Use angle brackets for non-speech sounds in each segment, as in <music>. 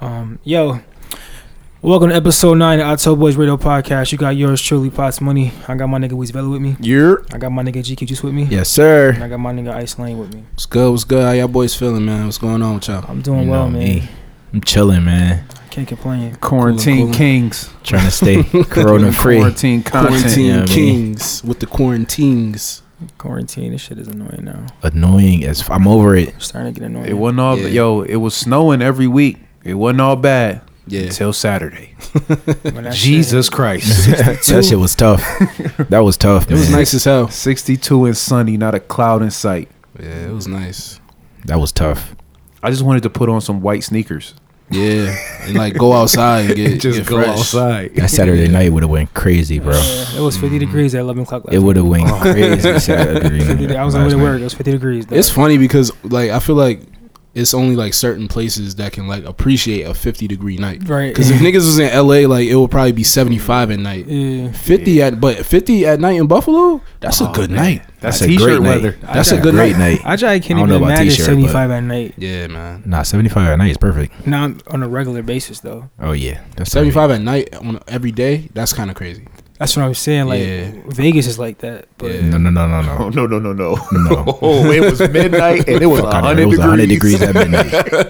Um, Yo, welcome to episode nine of October Boys Radio Podcast. You got yours truly, Pots Money. I got my nigga Weez Vela with me. You're I got my nigga GQ Juice with me. Yes, sir. And I got my nigga Ice Lane with me. what's good? What's good? How y'all boys feeling, man? What's going on with y'all? I'm doing You well, know man. me. I'm chilling, man. Can't complain. Quarantine Cool, cool. Kings. Trying to stay corona free. Quarantine content. Quarantine Yeah, I mean- kings with the quarantines. Quarantine, this shit is annoying now. Annoying as f- I'm over it. It's starting to get It annoying. wasn't all Yeah. yo. It was snowing every week. It wasn't all bad Yeah, until Saturday. When that shit Jesus <laughs> hit. Christ. that shit was tough. That was it tough. was man. nice as hell. 62 and sunny, not a cloud in sight. Yeah, it was nice. That was tough. I just wanted to put on some white <laughs> sneakers. Yeah, and like go outside and <laughs> get <laughs> just get go fresh. outside. That Saturday night would have went crazy, bro. Mm-hmm. Yeah, it was 50 degrees at 11 o'clock. Last It would have went crazy Saturday 50 night. I was on the way to last work. night. It was 50 degrees. Though. It's funny because like I feel like it's only like certain places that can like appreciate a 50 degree night. <laughs> right. Because if niggas was in LA, like it would probably be 75 at night. Yeah. 50 at but 50 at night in Buffalo, that's a Oh, good man. night. That's, a t-shirt great night. weather. That's I a got- good great night. night. I just can't I don't know even about imagine t-shirt, but- 75 at night. Yeah, man. Nah, 75 at night is perfect. Not on a regular basis, though. Oh yeah, that's 75 at night on every day, that's kind of crazy. That's what I'm saying. Like, Yeah. Vegas is like that. But Yeah. No, no, no, no, no. <laughs> <laughs> Oh, no, no, <laughs> no, no. No. Oh, it was midnight and it was Fuck outta here. 100 It was degrees. 100 degrees at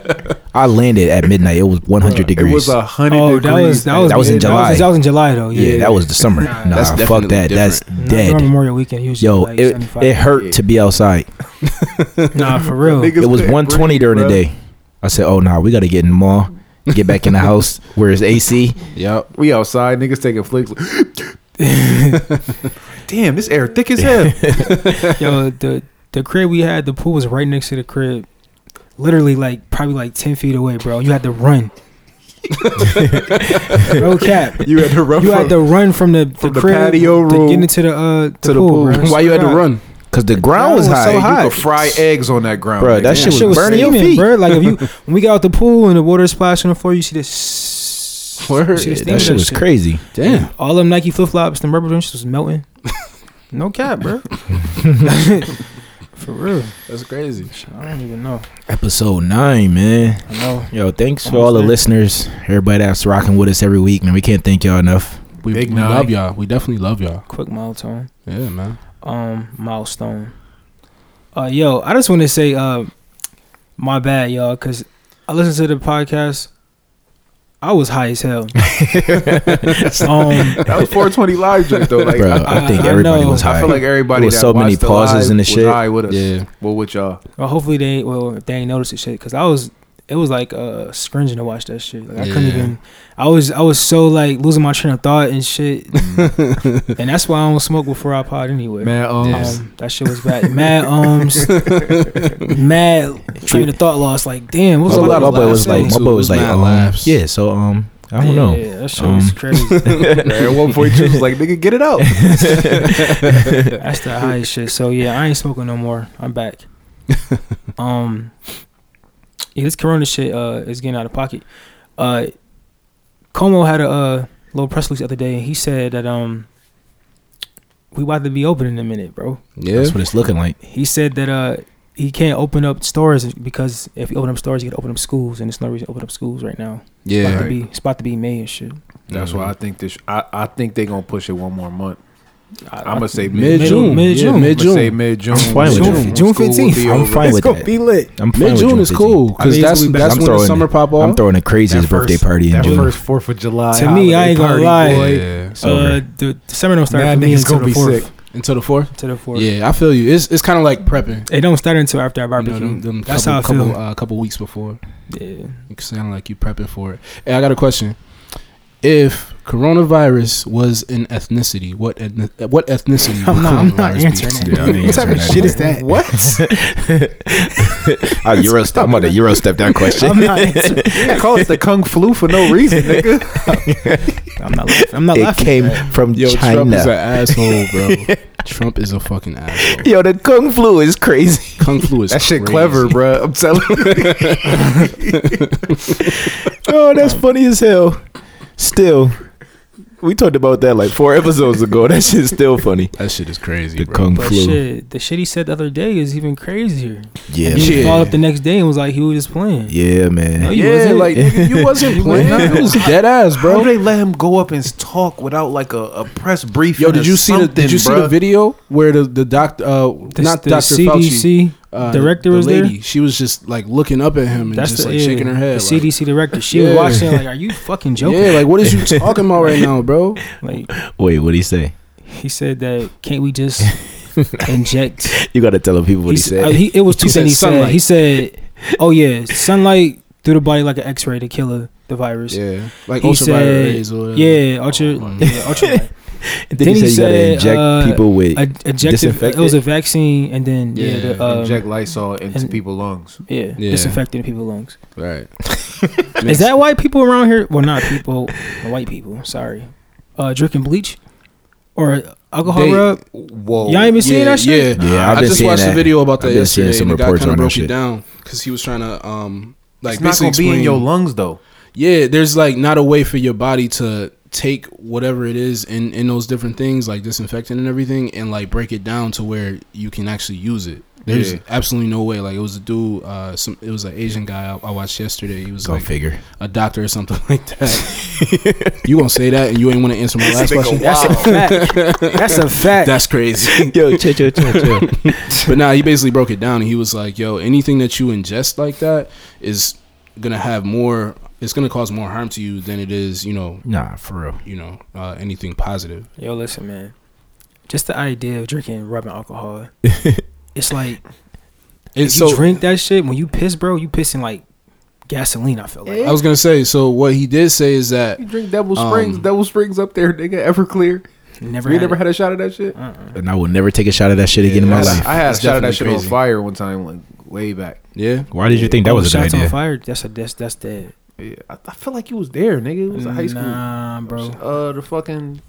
midnight. I landed at midnight. It was 100 <laughs> It degrees. was uh, 100 Oh, degrees. that was that was That was in that July. That was in July though. yeah, Yeah, that was the summer. Nah, Nah, that's fuck definitely that. That's Not during dead. Memorial Weekend. Usually, Yo, like it 75. it hurt to be outside. <laughs> Nah, for <laughs> real. Niggas It was couldn't 120 breathe, during the bruh. day. I said, "Oh nah, we got to get in the mall, get back in the house where it's AC." Yep. We outside, niggas taking flicks. <laughs> Damn, this air thick as hell. Yo, the the crib we had, the pool was right next to the crib. Literally, like probably like ten feet away, bro. You had to <laughs> run. no cap. <laughs> You had to run You from- had to run from the, the from the crib patio to get room into the uh the to the pool. pool. bro. Why you had to run? Cause the ground ground was was so high. Hey, high. You could fry eggs on that ground, Bruh, nigga. that That shit shit was was burning your steaming, feet. bro. Like if you when we got out the pool and the water splashed on the floor, you see this. Word. you see the Yeah, steam That of shit was crazy. Damn. All them Nike flip flops, the rubber benches was melting. <laughs> no cap, bro. <laughs> For real. That's crazy. I don't even know. Episode nine, man. I know. Yo, thanks for Almost all the there. listeners, everybody that's rocking with us every week, man. We can't thank y'all enough. We, Big we nine. love y'all. We definitely love y'all. Quick milestone. Yeah, man. Um, milestone. Uh, yo, I just want to say, uh, my bad, y'all, because I listened to the podcast. I was high as <laughs> hell. um, <laughs> That was 420 live joint though. Like, Bro, I, I, think I- I everybody know. was I high. I feel like everybody There was that so many watched the pauses live and the was shit. high with us. Yeah. What with y'all? well, hopefully they well if they ain't noticed the shit because I was it was like uh scringing to watch that shit. Like I couldn't Yeah. even. I was I was so like losing my train of thought and <laughs> shit, and that's why I don't smoke before I pod anyway. Man, um, <laughs> Yes. Um, that shit was bad. Mad ums, mad train of thought lost. Like damn, what was my, all boy- that my boy last was like, sentence? my boy It was was like, mad um, laughs. yeah. So um, I don't know. Yeah, that shit was Um, crazy. <laughs> at one point she was like, "Nigga, get it out." That's the highest shit. So yeah, I ain't smoking no more. I'm back. um, yeah, this Corona shit uh is getting out of pocket. Uh, Como had a uh, little press release the other day, and he said that um we about to be open in a minute, bro. Yeah. That's what it's looking like. He said that uh he can't open up stores because if you open up stores, you can open up schools, and there's no reason to open up schools right now. Spot Yeah. to be spot to be made and shit. That's why I think this. I, I think they gonna push it one more month. I, I'm gonna say mid. Mid June. mid- mid-June. Yeah, mid I'ma June. I'm say mid June. fine with that. June 15th. I'm fine with that. lit. I'm fine Mid with June is 15. cool I mean, because it's that's gonna be better. that's when I'm the throwing- summer pop off. I'm throwing a craziest birthday party in that June. <laughs> first Fourth of July. To me, I ain't gonna holiday lie. party, boy. yeah. It's Uh, over. the, the seminar don't start Mad for me niggas until gonna the be fourth. sick. Until the fourth. To the fourth. Yeah, I feel you. It's it's kind of like prepping. It don't start until after I You know, barbecue. them- them That's couple, how I feel. Couple, uh, couple weeks before. yeah. It sound like you prepping for it. Hey, I got a question. If coronavirus was an ethnicity, what ethni- what <laughs> ethnicity? I'm would not- I'm not coronavirus be? answering that. Yeah, I ain't What type of answering shit is <laughs> that? What? I Eurostep. I'm about to Eurostep that question. I'm not. <laughs> answering- They call us the Kung Flu for no reason, nigga. I'm not. Laughing. I'm not it laughing. came <laughs> from Yo, Trump is an China. asshole, <laughs> bro. Trump is a fucking asshole. Yo, the kung flu is crazy. Kung flu is That shit crazy. clever, bro. I'm telling you. <laughs> Oh, that's funny as hell. Still, we talked about that like four episodes ago. That shit's still funny. That shit is crazy, The bro. kung But flu. shit, the shit he said the other day is even crazier. Yeah, And he Yeah. followed up the next day and was like he was just playing. yeah, No, man. you wasn't. nigga, <laughs> you wasn't playing. it was dead ass, Bro, bro. they let him go up and talk without like a, a press brief? Yo, did you see the did you see the video where the the doctor uh The, not the Dr. Fauci CDC uh, director the was there? lady, She was just like looking up at him and That's just the, like yeah, shaking her head. The like, CDC director, she Yeah. was watching like, "Are you fucking joking?" Yeah, like what is <laughs> you talking about right now, bro? <laughs> Like Wait, what would he say? he said that can't we just inject? You gotta tell the people what he He's- uh, said. he, it was two He said things he said. sunlight. He said, "Oh yeah, sunlight through the body like an X-ray to kill a, the virus." Yeah, Yeah, like He ultraviolet said- rays or whatever. ultra, Oh, yeah, ultra. <laughs> And then, he said you gotta uh, inject people with. Ejected. It Disinfected? was a vaccine, and then yeah, Yeah, the, um, inject Lysol into and- people's lungs? yeah, Yeah. disinfecting people's lungs. Right. Is that why people around here? Well, not people, white people. Sorry, uh, drinking bleach or alcohol They- rub. Whoa! Y'all ain't been seeing that shit. Yeah, Yeah, I've I been just seeing watched a that. video about that I've been seeing yesterday. some and the guy reports kind of on that broke it shit. down because he was trying to um like it's not basically gonna be in explain. your lungs though. yeah, there's like not a way for your body to take whatever it is in in those different things like disinfectant and everything and like break it down to where you can actually use it. There's Yeah. absolutely no way. Like it was a dude, uh, some it was an Asian guy I, I watched yesterday. He was Go like figure. a doctor or something <laughs> like that. you gonna say that and you ain't want to answer my last question? That's a fact. That's a fact. That's crazy. <laughs> Yo, chill, chill, chill, chill. But now he basically broke it down and he was like, yo, anything that you ingest like that is gonna have more it's gonna cause more harm to you than it is, you know, Nah, for real. you know, uh, anything positive. Yo, listen, man. Just the idea of drinking rubbing <laughs> alcohol. it's like if It's you so drink that shit when you piss, bro. You pissing like gasoline. I feel like. I was gonna say, so what he did say is that You drink Double Um, Springs, Double Springs up there, nigga. Everclear. Never. We had never it. had a shot of that shit. Uh-uh. And I will never take a shot of that shit again in Yeah, my that's- life. I had a It's shot of that definitely shit crazy. on fire one time, like way back. yeah. Why did you think that Oh, was a good shots on idea? fire. That's a that's that's dead. Yeah, I, I feel like you was there, nigga. It was a high school. Nah, bro. Uh, the fucking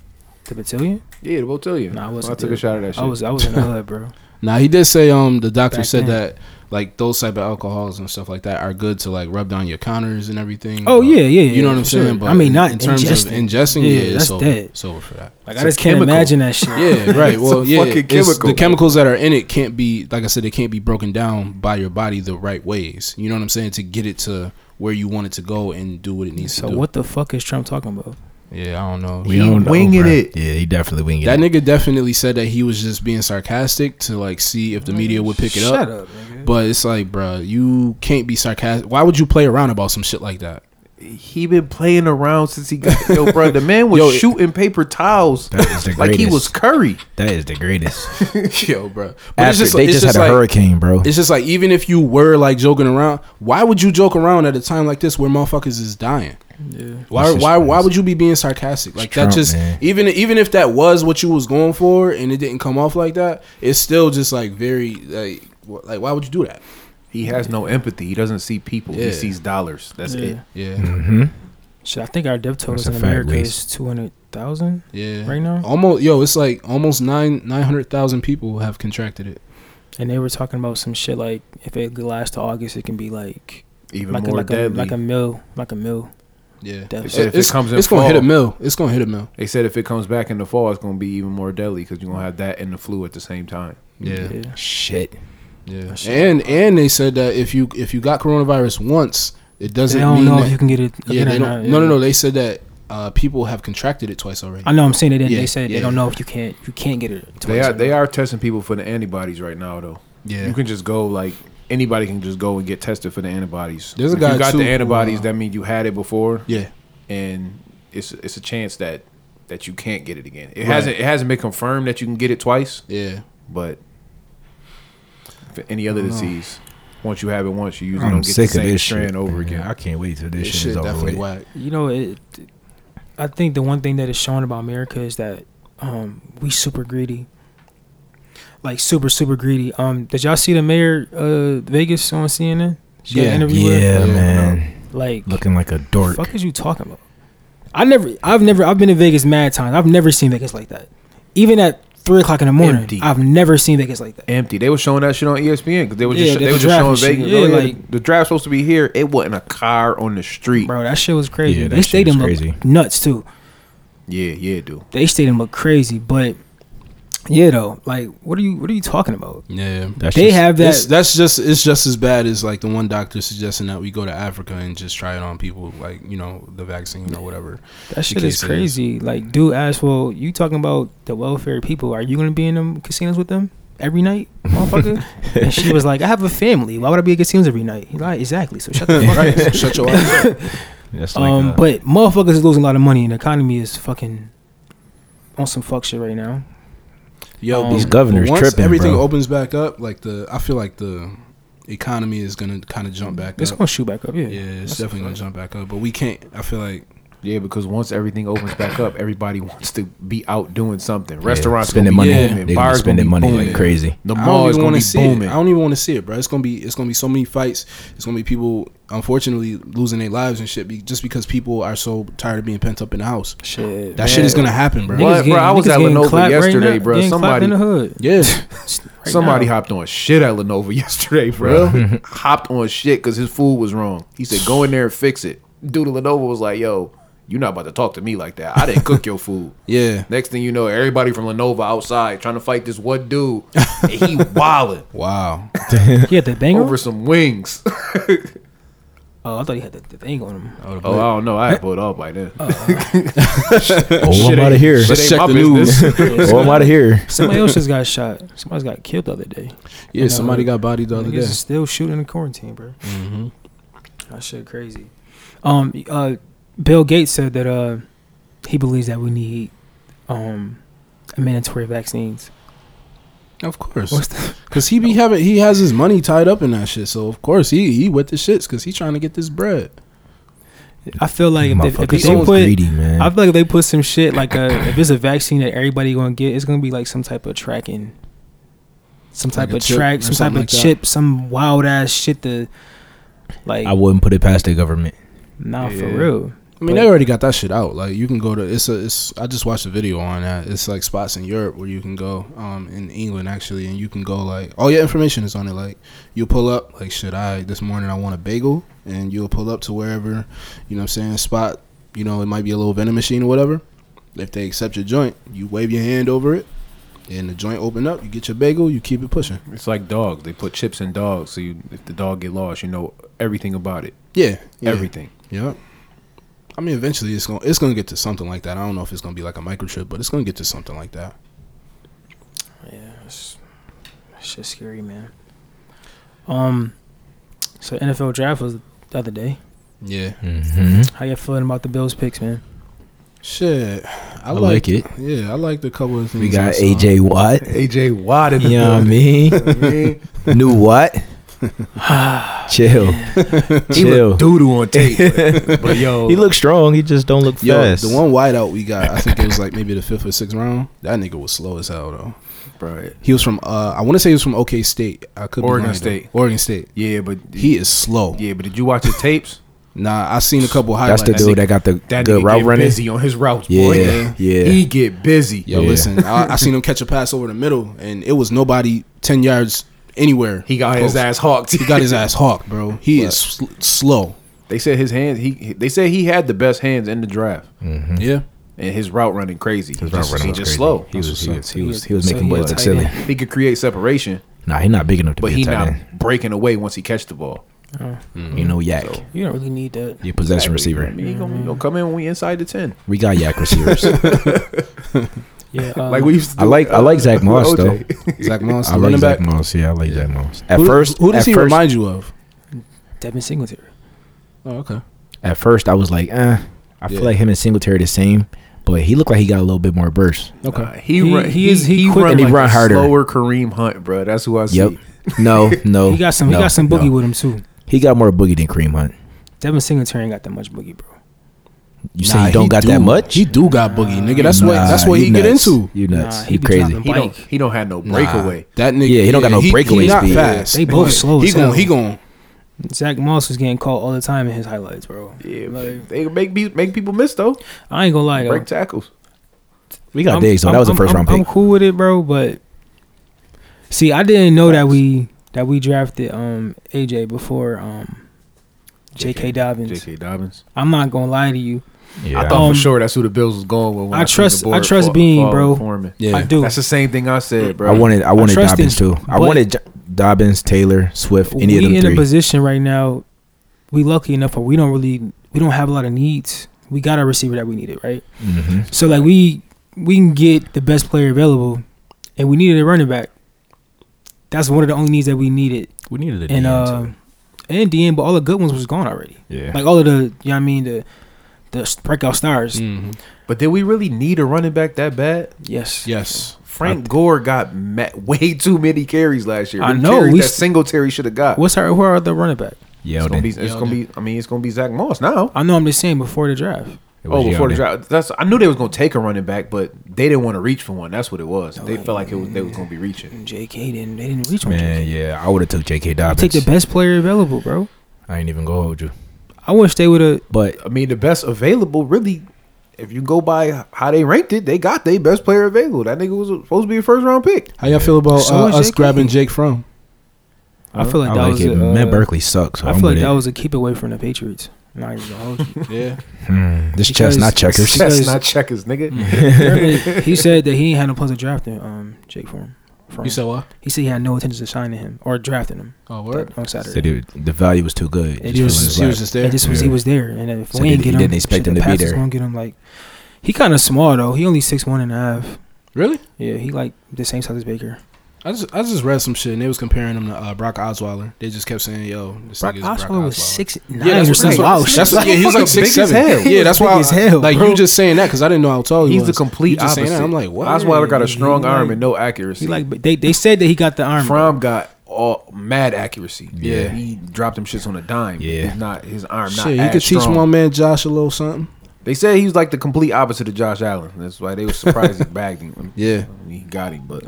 The battalion. yeah, the Botellion. Nah, I wasn't I took there. a shot of that shit. I was I was in <laughs> the hood, bro. Now he did say um the doctor Back said then. that like those type of alcohols and stuff like that are good to like rub down your counters and everything. Oh Uh, yeah, yeah. You know what I'm for sure. saying? I mean, not in terms of ingesting. ingesting, Yeah, yeah, it's that's over. dead. It's over for that. Like It's I a just can't chemical. imagine that <laughs> shit. Yeah, right. It's Well, a yeah, fucking it's- chemical. the chemicals that are in it can't be, like I said, they can't be broken down by your body the right ways. You know what I'm saying? To get it to where you want it to go and do what it needs So to do. what the fuck is Trump talking about? Yeah, I don't know. We He don't know, winging bruh. it. Yeah, he definitely winging that it. nigga definitely said that he was just being sarcastic to like see if the media would pick it Shut up. up, nigga. But it's like, bruh, you can't be sarcastic. Why would you play around about some shit like that? he been playing around since he got yo, bro. The man was Yo, it- shooting paper towels That is the greatest. like he was Curry. that is the greatest. Yo, bro. But it's After, just, they it's just, just had a like, hurricane, bro. It's just like even if you were like joking around, why would you joke around at a time like this where motherfuckers is dying? Yeah. Why That's just why why crazy. would you be being sarcastic? Like Trump, that just man. even even if that was what you was going for and it didn't come off like that, it's still just like very like wh- like why would you do that? He has no empathy. He doesn't see people. Yeah. He sees dollars. That's Yeah. it. Yeah. hmm Shit, I think our death totals That's a in fact, America Reese. is two hundred thousand Yeah. Oh. right now, Almost yo, it's like almost nine nine hundred thousand people have contracted it. and they were talking about some shit like if it lasts to August, it can be like Even like a, more like, a, deadly. like a mill, like a mill. Yeah. They said if it it's comes in it's gonna hit a fall- mill. It's gonna hit a mill. they said if it comes back in the fall, it's gonna be even more deadly because you're gonna have that and the flu at the same time. Yeah. Shit. Yeah. shit. And and they said that if you if you got coronavirus once, it They doesn't don't mean know that if you can get it. Yeah, again they or don't. not, No, no, yeah. no. They said that uh, people have contracted it twice already. I know. I'm saying they didn't. Yeah, they said yeah. they don't know if you can't. You can't get it. They twice are or they not. are testing people for the antibodies right now though. Yeah, You can just go like anybody can just go and get tested for the antibodies. There's a if guy, you got too, the who, antibodies, uh, that means you had it before, yeah, and it's it's a chance that that you can't get it again. It Right. hasn't it hasn't been confirmed that you can get it twice, yeah. but for any other I don't know. disease, once you have it once, you usually I'm don't get the sick of same this strand shit. over man. again. I can't wait till This this shit shit is over definitely with. whack. You know, it, I think the one thing that is showing about America is that um, we super greedy, like super super greedy. Um, did y'all see the mayor uh Vegas on CNN? She had an Yeah. interview with? Yeah, Yeah, man. like Looking like a the dork. fuck is you talking about? I never, I've never, I've been in Vegas mad times. I've never seen Vegas like that. Even at three o'clock in the morning, Empty. I've never seen Vegas like that. Empty. They were showing that shit on E ESPN because they were just Yeah, sho- the they were just draft showing and shit. Vegas. Yeah, oh, yeah, like- the draft's supposed to be here. It wasn't a car on the street. Bro, that shit was crazy. Yeah, that they shit stayed was in crazy. nuts too. Yeah, yeah, dude. The H stadium looked crazy, but yeah, though, like, what are you what are you talking about? Yeah. That's they just- have that. It's, that's just it's just as bad as like the one doctor suggesting that we go to Africa and just try it on people like you know the vaccine or <laughs> whatever. That shit case is it is. crazy. Like, dude asked, well, you talking about the welfare people. Are you going to be in them casinos with them every night, motherfucker? and she was like, I have a family. Why would I be at casinos every night? He like, exactly. So shut the fuck up. right? So Shut your eyes. That's like Um, uh, but motherfuckers is losing a lot of money, and the economy is fucking on some fuck shit right now. Yo, Um, <laughs> but- These governors but once tripping, Everything bro. opens back up. Like the I feel like the economy is gonna kind of jump back It's up. gonna shoot back up, yeah. yeah, That's it's definitely gonna fine. jump back up. But we can't. I feel like Yeah, because once everything opens back up, everybody <laughs> wants to be out doing something. Restaurants spending gonna be money. yeah, booming. They're gonna Bars be spending gonna be money booming. like <laughs> crazy. The I mall don't is even going want to to see be it. I booming. don't even want to see it, bro. It's gonna be it's gonna be so many fights. It's gonna be people unfortunately losing their lives and shit be, just because people are so tired of being pent up in the house. Shit. That shit is gonna happen, bro. Niggas What, bro? I was niggas at getting Lenovo clapped yesterday, now- bro. getting clapped Somebody- in the hood. <laughs> Yeah. right Somebody now. hopped on shit at Lenovo <laughs> yesterday, bro. <laughs> hopped on shit because his food was wrong. He said, "Go in there and fix it." Dude, at Lenovo was like, "Yo, you're not about to talk to me like that. I didn't cook your food." <laughs> Yeah. Next thing you know, everybody from Lenovo outside trying to fight this <laughs> one dude. and he wilding Wow. He had the banger. over some wings. <laughs> oh, I thought he had the, the thing on him. oh, I don't know. I had pulled off by then. Oh, I'm out of here. Let's ain't check my the business. <laughs> news. <laughs> Oh, I'm out of here. Somebody else just got shot. Somebody's got killed the other day. yeah, somebody got bodied the other Niggas day. is still shooting in quarantine, bro. Mm-hmm. That shit crazy. Um, uh, Bill Gates said that uh, he believes that we need um mandatory vaccines. Of course. What's the, Cause he be having he has his money tied up in that shit, so of course he he with the shits because he trying to get this bread. I feel like if they, if Motherfuckers they so put, greedy, man. I feel like if they put some shit like a, if it's a vaccine that everybody gonna get, it's gonna be like some type of tracking, some Like type a of chip or track, some type something of like that. chip, some wild ass shit to, like, I wouldn't put it past the government. nah, for Yeah. real. I mean, But- they already got that shit out. Like you can go to it's a it's I just watched a video on that. It's like spots in Europe where you can go, um, in England actually, and you can go like all your information is on it. Like you pull up, like shit, I this morning I want a bagel, and you'll pull up to wherever, you know what I'm saying, spot, you know, it might be a little vending machine or whatever. If they accept your joint, you wave your hand over it, and the joint open up, you get your bagel, you keep it pushing. It's like dogs. They put chips in dogs, so you, if the dog get lost, you know everything about it. Yeah. yeah. Everything. Yeah. I mean, eventually it's gonna it's gonna get to something like that. I don't know if it's gonna be like a microchip, but it's gonna get to something like that. Yeah, it's, it's just scary, man. Um, so NFL draft was the other day. Yeah. hmm How you feeling about the Bills picks, man? Shit. I, I like like it. Yeah, I like the couple of things. We I got saw. AJ Watt. <laughs> AJ Watt in You know what I mean? <laughs> mean? New Watt. Chill. He Chill. look doodoo <laughs> on tape, but, but yo, He looks strong. He just don't look Yo, fast. the one wideout we got, I think it was like maybe the fifth or sixth round. That nigga was slow as hell though. bro. He was from uh I wanna say he was from OK State. I could Oregon be lying, though. State. Oregon State. Yeah, but He is slow. yeah, but did you watch his tapes? Nah, I seen a couple highlights. That's the dude that got the That good nigga route get running. busy on his routes, boy. Yeah, yeah. He get busy. Yo, Yeah. listen, I, I seen him catch a pass over the middle, and it was nobody ten yards anywhere. He got his Close. ass hawked. <laughs> He got his ass hawked, bro. He is sl- slow. They said his hands. He they said he had the best hands in the draft, Mm-hmm. Yeah. and his route running crazy. route His just, running he was just crazy. slow. He was, he was, he was, So he was he making a boys look tight silly. end. He could create separation, Nah, he not big enough to but be he a tight not end. breaking away once he catch the ball. Mm-hmm. You know, Yak. You don't really need that. Your possession receiver. He gonna, he gonna come in when we inside the ten. We got <laughs> Yak receivers. <laughs> Yeah, uh, Like we used to. I do like I like <laughs> Zach Moss OJ. though. Zach Moss, <laughs> the I like running Zach back. Moss. Yeah, I like Zach Moss. At Who- first, who does at he first- remind you of? Devin Singletary. Oh, okay. At first, I was like, eh. I Yeah. feel like him and Singletary the same, but he looked like he got a little bit more burst. Okay. Nah, Uh, he, He- run, he is- he quick run and he like run a harder. Slower Kareem Hunt, bro. That's who I see. Yep. <laughs> No, no. He got some. no, he got some boogie no. with him too. He got more boogie than Cream Hunt. Devin Singletary ain't got that much boogie, bro. You Nah, say he don't got do- that much? He do got boogie, nigga. That's what Nah, that's what he, get nuts. into. You nuts? Nah, he you be crazy? dropping He don't. Bike. He don't have no breakaway. Nah, that nigga. Yeah, he don't got no breakaway he not speed. fast. They both but slow He as gon' hell. he gon' Zach Moss was getting called all the time in his highlights, bro. Yeah, Like- they make me- make people miss though. I ain't gonna lie though. Break tackles. We got I'm- Diggs though. I'm- That was I'm- the first round I'm, pick. I'm cool with it, bro. But see, I didn't know that we that we drafted um AJ before um J.K. Dobbins. J.K. Dobbins. I'm not gonna lie to you. Yeah. I thought Um, for sure that's who the Bills was going with. When I seen trust- the board I trust fall- Bean, fall bro. Foreman. Yeah. I do. That's the same thing I said, bro. I wanted I wanted trust Dobbins him, too. I but- wanted J- Dobbins, Taylor, Swift, any we of them in a three. position right now. We lucky enough, where we don't really we don't have a lot of needs. We got our receiver that we needed, right? hmm So like we we can get the best player available, and we needed a running back. That's one of the only needs that we needed, We needed a and uh, and the end, but all the good ones was gone already. yeah. Like all of the, you know what I mean, the the breakout stars. Mm. Mhm. but did we really need a running back that bad? Yes. Yes. Frank Gore got ma- <laughs> way too many carries last year. I The know, carries we that s- Singletary should have got. What's our who are the running back? it's gonna be? It's Yeldon. gonna be. I mean, it's gonna be Zach Moss now. I know I'm just saying before the draft. Oh, before the draft, that's I knew they was gonna take a running back, but they didn't want to reach for one. That's what it was. They felt like it was they was gonna be reaching. And J.K. didn't they didn't reach on Man, J.K. yeah, I would have took J.K. Dobbins. Take the best player available, bro. I ain't even gonna hold you, I wish they would have. but I mean, the best available, really. If you go by how they ranked it, they got their best player available. That nigga was supposed to be a first round pick. How y'all feel about So uh, is us Jake grabbing Lee. Jake from? I feel like I that like was. it. a, uh, Matt Berkeley sucks. So I I'm feel with like that it. was a keep away from the Patriots. Not even gonna hold you. <laughs> <laughs> Yeah. Hmm, this because- chest <laughs> not checkers. Because- That's not checkers, <laughs> nigga. Remember, he said that he ain't had no plans of drafting um Jake Fromm. Fromm. You said what? he said he had no intentions of signing him or drafting him Oh, word. that, on Said Saturday. it- the value was too good. It Just He was was just, feeling his he was life. just It there. just was Yeah. he was there, and if So we ain't he- get he him, didn't expect shit, him the to be Packers there. Gonna get him like he kind of small though. He only six one and a half. Really? Yeah, he like the same size as Baker. I just I just read some shit and they was comparing him to uh, Brock Osweiler. They just kept saying, "Yo, this Brock nigga is Osweiler was Osweiler. six nine or Yeah, that's what- that's something. what- Wow, that's what- yeah, he was like Fucking big six as seven. hell. Yeah, that's why. Big as hell, like bro. you just saying that because I didn't know how tall he He's was. the <laughs> complete You just saying opposite. that, I'm like, what? Osweiler got a strong He arm like- and no accuracy. He like but they they said that he got the arm. Fromm got all mad accuracy. Yeah. he dropped them shits on a dime. Yeah. He's not his arm. Not Shit, he as could teach strong. one man Josh a little something. They said he was like the complete opposite of Josh Allen. That's why they were <laughs> surprised he bagged him. Yeah. I mean, he got him, but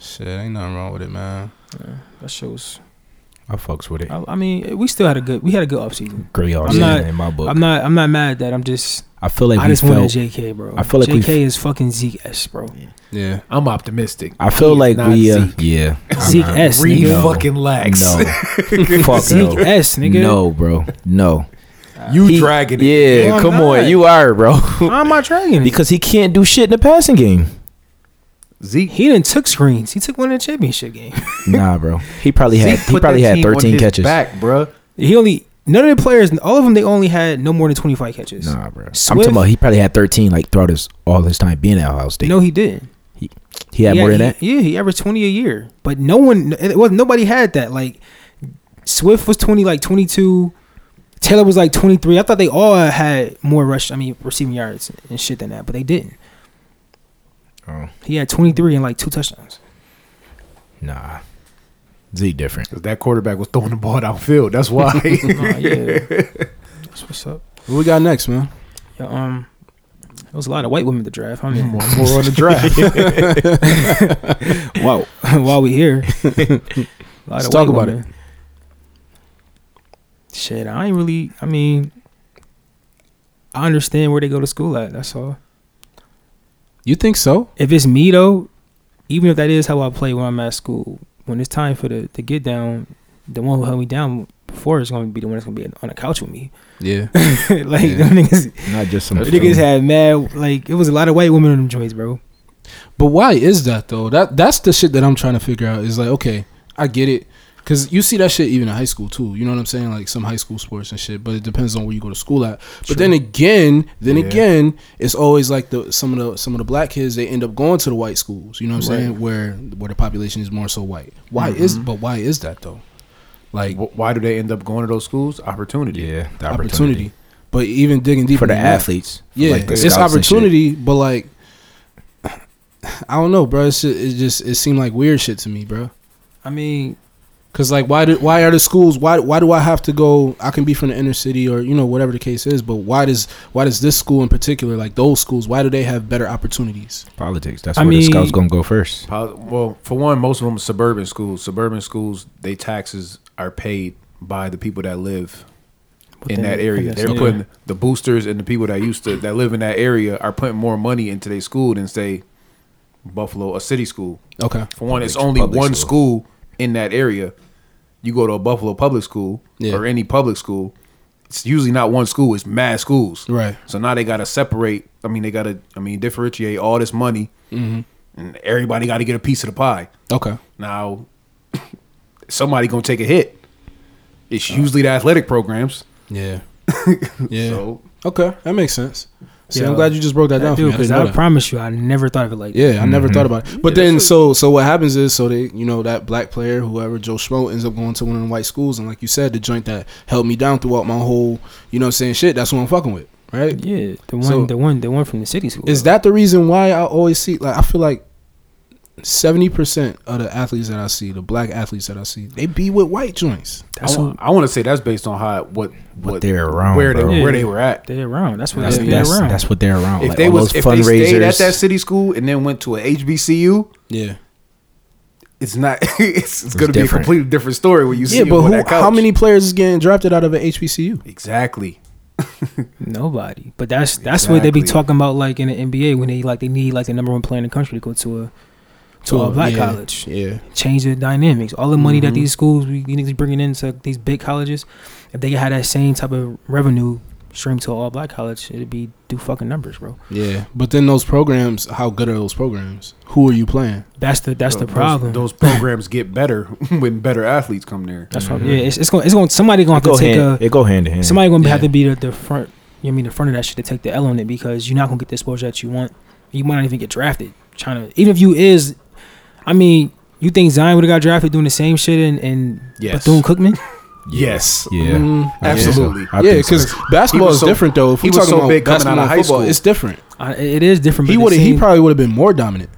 Shit, ain't nothing wrong with it, man. That shows. I fucks with it. I, I mean, we still had a good we had a good offseason. Agree all I'm season not- in my book. I'm not I'm not mad at that. I'm just I feel like I we just wanted felt- JK, bro. I feel like we- JK is fucking Zeke S, bro. Yeah. I'm optimistic. I feel He like is not we, uh, Zeke. yeah, Zeke I'm not- S, Reed nigga. No. fucking lax. No. <laughs> <laughs> Fuck Zeke no. S, nigga. No, bro. No. You He- dragging it. No, Yeah, I'm come on. not. You are, bro. <laughs> How am I dragging? Because Because he can't do shit in the passing game. Zeke. he didn't took screens. He took one in the championship game. Nah, bro. He probably had Zeke he put probably that had team on 13 his catches. Back, bruh. He only none of the players, all of them, they only had no more than twenty five catches. Nah, bro. I'm Swift- talking about he probably had 13 like throughout his all his time being at Ohio State. No, he didn't. he had He more had- than that. he- Yeah, he averaged twenty a year, but no one, it was nobody had that. Like Swift was twenty, like twenty two. Taylor was like twenty three. I thought they all had more rush. I mean, receiving yards and shit than that, but they didn't. Oh. He had twenty three and like two <laughs> touchdowns. Nah. Zeke different. Because that quarterback was throwing the ball <laughs> downfield. That's why. Nah, yeah, that's what's up. What we got next, man? Yeah, um, there was a lot of white women to draft. I mean, more, more on the <laughs> draft. wow. <laughs> While we <laughs> here, a lot Let's of white talk about women. Shit, I ain't really. I mean, I understand where they go to school at. That's all. You think so? If it's me though, even if that is how I play when I'm at school, when it's time for the to get down, the one who held me down before is gonna be the one that's gonna be on the couch with me. <laughs> Yeah. like <laughs> Yeah. them niggas, Not just some them niggas had mad. Like it was a lot of white women on them joints, bro. But why is that though? That that's the shit that I'm trying to figure out. Is like, okay, I get it, because you see that shit even in high school too. You know what I'm saying? Like some high school sports and shit. But it depends on where you go to school at. True. But then again, then Yeah. again, it's always like the some of the some of the black kids they end up going to the white schools. You know what I'm Right. saying? Where where the population is more so white. Why is but why is that though? Like Wh- why do they end up going to those schools? Opportunity. Yeah, the opportunity. But even digging deeper for the than that, athletes. for, Yeah, like, the it's scouts and shit. opportunity, but like, I don't know, bro. It's just, it just it seemed like weird shit to me, bro. I mean, Cause like, why do why are the schools? Why why do I have to go? I can be from the inner city or you know whatever the case is, but why does why does this school in particular, like those schools, why do they have better opportunities? Politics. That's I where the mean- scouts gonna go first. Pos- Well, for one, most of them are suburban schools. Suburban schools, they taxes are paid by the people that live in within- that I area. guess, They're yeah. putting the boosters and the people that used to that live in that area are putting more money into their school than say Buffalo, a city school. Okay, For one, it's Public- only public one school. school in that area. You go to a Buffalo public school Yeah. or any public school, it's usually not one school; it's mad schools. Right. So now they gotta separate. I mean, they gotta. I mean, differentiate all this money, Mm-hmm. and everybody got to get a piece of the pie. Okay. Now, <coughs> somebody gonna take a hit. Uh. It's usually the athletic programs. <laughs> Yeah. yeah. So Okay, that makes sense. See, Yeah. I'm glad you just broke that, down I for me. do I didn't because know I that. promise you, I never thought of it like that. Yeah, I Mm-hmm. never thought about it. But then, so so what happens is, so they, you know, that black player, whoever Joe Schmo, ends up going to one of the white schools, and like you said, the joint that held me down throughout my whole, you know, what I'm saying shit. That's what I'm fucking with, right? Yeah, the one, So- the one, the one from the city school. Is that the reason why I always see? Like, I feel like seventy percent of the athletes that I see, the black athletes that I see, they be with white joints. That's I, wa- I want to say that's based on how what what, they're around, where they bro. where Yeah. they were at. They're around. That's what That's, they're that's, around. that's what they're around. If like, they all was those if they stayed at fundraisers. that city school and then went to a HBCU, Yeah, it's not <laughs> it's, it's going to be a different. completely different story when you see yeah. them But on who? that couch. How many players is getting drafted out of an HBCU? exactly? Nobody. But that's that's what they be Exactly. talking about, like in the NBA, when they like they need like the number one player in the country to go to a to a Oh, black yeah, college. Yeah, Change the dynamics. All the money that these schools we you niggas bringing into these big colleges, if they had that same type of revenue stream to an all black college, it'd be do fucking numbers, bro. yeah. But then those programs, how good are those programs? Who are you playing? That's the that's the Those- problem. Those, programs get better <laughs> when better athletes come there. that's what yeah. It's, it's going it's going somebody gonna have go to take hand, a it go hand in hand. somebody gonna Yeah. have to be the, the front. You know what I mean the front of that shit to take the L on it because you're not gonna get the exposure that you want. You might not even get drafted. Trying to even if you is, I mean, you think Zion would have got drafted doing the same shit and and Yes. Bethune Cookman? Yes, yeah, Mm, I think so. absolutely. I yeah, think so. because basketball was is so- different though. If he we're was talking so about big coming out of basketball and high football, school. it's different. I, it is different. He but would the have. He same- probably would have been more dominant.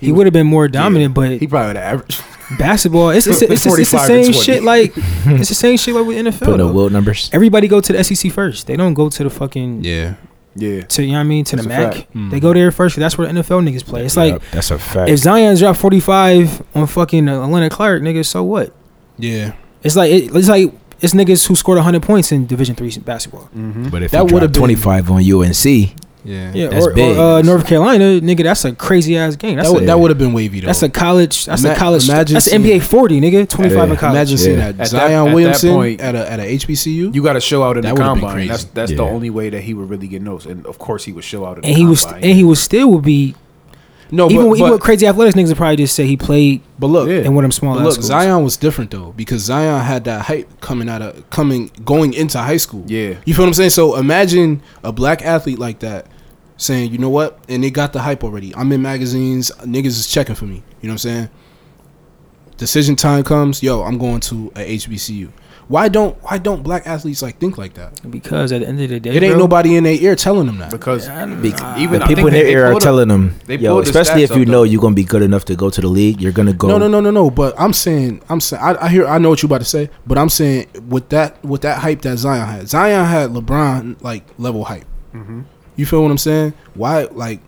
he would have been more dominant, he probably would have averaged. but basketball it's it's, it's, it's, the 45 and same 20. shit. Like it's the same shit like with NFL. put the though. will numbers. Everybody go to the SEC first. They don't go to the fucking Yeah, <laughs> Yeah, to you know what I mean to That's a the MAC. fact. Mm-hmm. They go there first. 'cause That's where NFL niggas play. It's like Yep, that's a fact. If Zion dropped 45 on fucking Atlanta Clark, nigga, so what? yeah. It's like it, it's like it's niggas who scored 100 points in Division 3 basketball. Mm-hmm. but if that that would've would have been- 25 on UNC, Yeah, Yeah, That's or, big. or uh, North Carolina, nigga, that's a crazy ass game. that That's would a that would have been wavy though. that's a college that's Ima- a college imagine that's seeing- NBA 40, nigga, 25 Yeah. in college. imagine seeing Yeah. that that- at Zion that Williamson point- at a at a HBCU. you got to show out in That the would've been combine. crazy. That's that's the Yeah. only way that he would really get noticed. And of course, he would show out in and the he combine. was and he was still would be no, even Oh, but, with, even with but, crazy athletics niggas would probably just say he played but look, Yeah. in one of them small but ass look, schools. Zion was different though because Zion had that hype coming out of coming going into high school. Yeah. you feel what I'm saying? So imagine a black athlete like that saying, "You know what?" And they got the hype already. I'm in magazines. Niggas is checking for me. You know what I'm saying? Decision time comes. Yo, I'm going to a HBCU. Why don't why don't black athletes like think like that? because at the end of the day, It ain't bro, nobody in their ear telling them that. because even the people I think in their they- they ear are pulled up- telling them, they yo, pulled the especially stats if you up, know though. you're going to be good enough to go to the league, you're going to go. No, no, no, no, no. But I'm saying, I'm saying, I, I hear, I know what you about to say. But I'm saying, with that, with that hype that Zion had, Zion had LeBron like level hype. Mm-hmm. You feel what I'm saying? Why, like,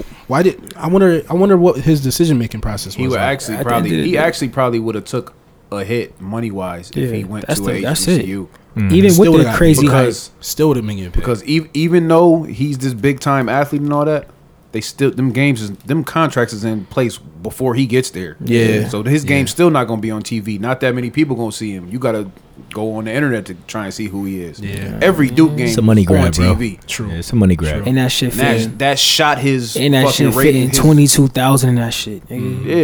wh- why did I wonder? I wonder what his decision making process was. He would like. actually At the probably end of the he day- actually probably would have took a hit money wise if Yeah, he went that's to the- a E that's it. HBCU even with Still would've the got- crazy hype, because still would have been getting picked. because ev- even though he's this big time athlete and all that, they still them games is them contracts is in place before he gets there. Yeah. so his game's Yeah. still not going to be on TV. Not that many people going to see him. You got to go on the internet to try and see who he is. Yeah. every Duke game It's a money is on grab, bro. TV. True. Yeah, it's a money grab. and that shit And that, fit. that shot his And that fucking shit fit rating, in his- twenty two thousand and that shit. Mm, Nigga.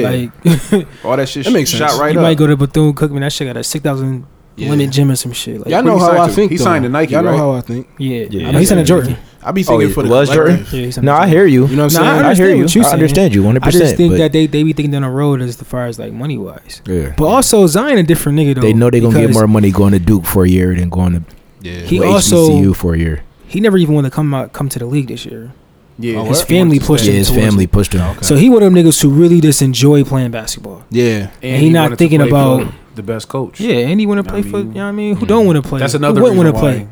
Yeah. Like All that shit That makes shot sense. right you up. might go to Bethune Cookman. That shit got a six thousand Yeah. limit gym or some shit. Like, Y'all yeah, know Who he how I signed to? think. He though. signed to Nike, Y'all know right? how I think. yeah. Yeah. I know he's on a Yeah. Jordan. I be Oh, thinking yeah, for the was Jordan? collective. Yeah, he's on No, the I Jordan. hear you. You know what I'm Nah, saying? I I hear understand you. what you're I saying. understand you 100%. I just think but- that they they be thinking down the road as far as like money wise. Yeah. But also Zion a different nigga though. They know they're gonna get because more money going to Duke for a year than going to Yeah. He well, also- HBCU for a year. He never even wanted to come out come to the league this year. Yeah, Oh, His word? family pushed Yeah, him. his towards family it. pushed him. Okay. So he one of them niggas who really just enjoy playing basketball. yeah. And he not wanted to thinking play for about- the best coach. Yeah, and he want to play I for. You mean, know what I mean? Who don't want to play? That's another Who wouldn't reason wanna play?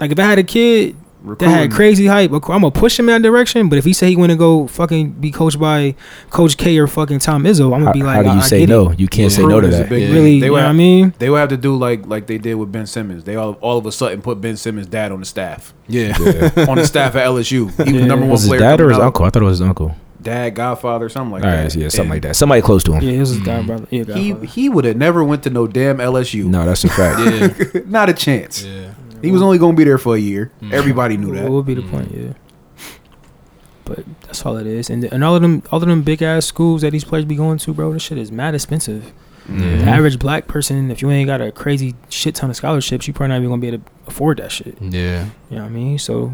Like if I had a kid why that had recruiting- crazy hype. I'm gonna push him in that direction. But if he say he want to go fucking be coached by Coach K or fucking Tom Izzo, I'm gonna How, be like, how do you I, I say get it. no? You can't say no to Recruiting is a that. big Yeah. deal. Really, you They know would what I have- mean? They would have to do like like they did with Ben Simmons. They all all of a sudden put Ben Simmons' dad on the staff, <laughs> Yeah. on the staff at LSU. He was the number one Was his player. dad or coming his out. uncle? I thought it was his uncle. Dad, Godfather, something like All that. right, yeah, something And like that. Somebody close to him. Yeah, he was his guy, brother. Yeah, He godfather. he would have never went to no damn LSU. No, that's a fact. Yeah. <laughs> Mm. Not a chance. Yeah. He was only gonna be there for a year. Everybody knew <laughs> What that. would be the point? Yeah. But that's all it is, and and all of them, all of them big ass schools that these players be going to, bro. This shit is mad expensive. The Yeah. average black person, if you ain't got a crazy shit ton of scholarships, you probably not even gonna be able to afford that shit. Yeah. You know what I mean? So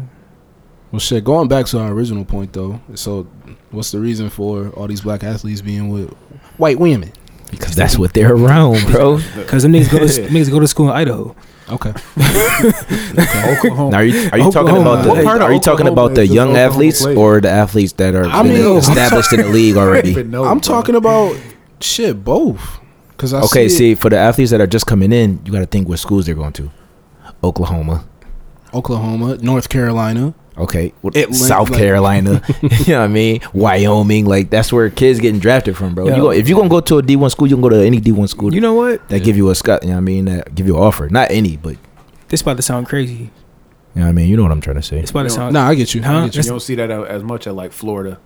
Well, shit. Going back to our original point, though. So, what's the reason for all these black athletes being with white women? because that's what they're around, bro. <laughs> Because them niggas go to them niggas go to school in Idaho. Okay. Oklahoma. Now, are you are you talking Oklahoma. about Oh. What the part of are you talking Oklahoma about the is does young Oklahoma athletes play? or the athletes that are I been mean- established in the league already? Even know, I'm bro. talking about shit both. Cause I Okay, see, it- see, for the athletes that are just coming in, you got to think what schools they're going to. Oklahoma, Oklahoma, North Carolina. okay, what- Atlanta, South like- Carolina, <laughs> you know what I mean? Wyoming, like that's where kids getting drafted from, bro. Yeah. You go, if you're gonna go to a D1 school, you can go to any D1 school You know what? that give you a scout. You know what I mean? That give you an offer, not any, but you This about to sound crazy. know what I mean? You know what I'm trying to say? It's about to Yeah. sound Nah, I get you. Huh? I You get you. don't see that out as much at like Florida,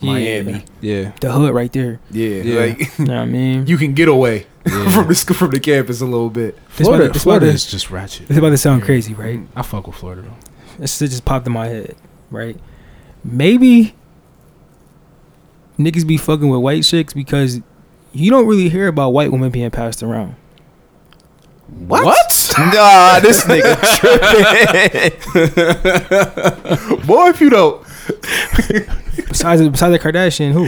Yeah. Miami. Yeah. the hood right there. Yeah, Yeah. like <laughs> You know what I mean? you can get away yeah. from the sc- from the campus a little bit. This about, Florida, to- this about Florida to- is just ratchet. this about to sound crazy, right? I fuck with Florida though. This it just popped in my head, right? Maybe niggas be fucking with white chicks because you don't really hear about white women being passed around. What? nah, this nigga tripping. <laughs> Boy, if you don't, Besides <laughs> besides the Kardashian, who?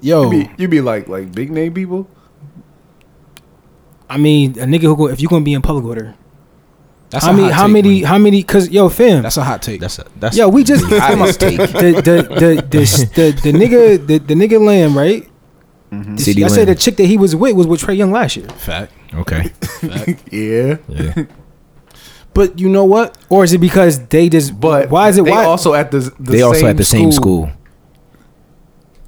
Yo, Oh. you be, you be like like big name people. I mean, a nigga who go if you gonna be in public with her. that's I a mean, hot how take, many? man. How many? Cause yo, fam. That's a hot take. that's a that's Yo, we <laughs> just <laughs> the hottest take. the the the the, the, the nigga the, the nigga Lamb, right? Mm-hmm. CD I said Lamb. the chick that he was with was with Trey Young last year, fact. Okay. Yeah, Yeah. But you know what? or is it because they just? but why is it? They Why also at the, the they same also at the same school.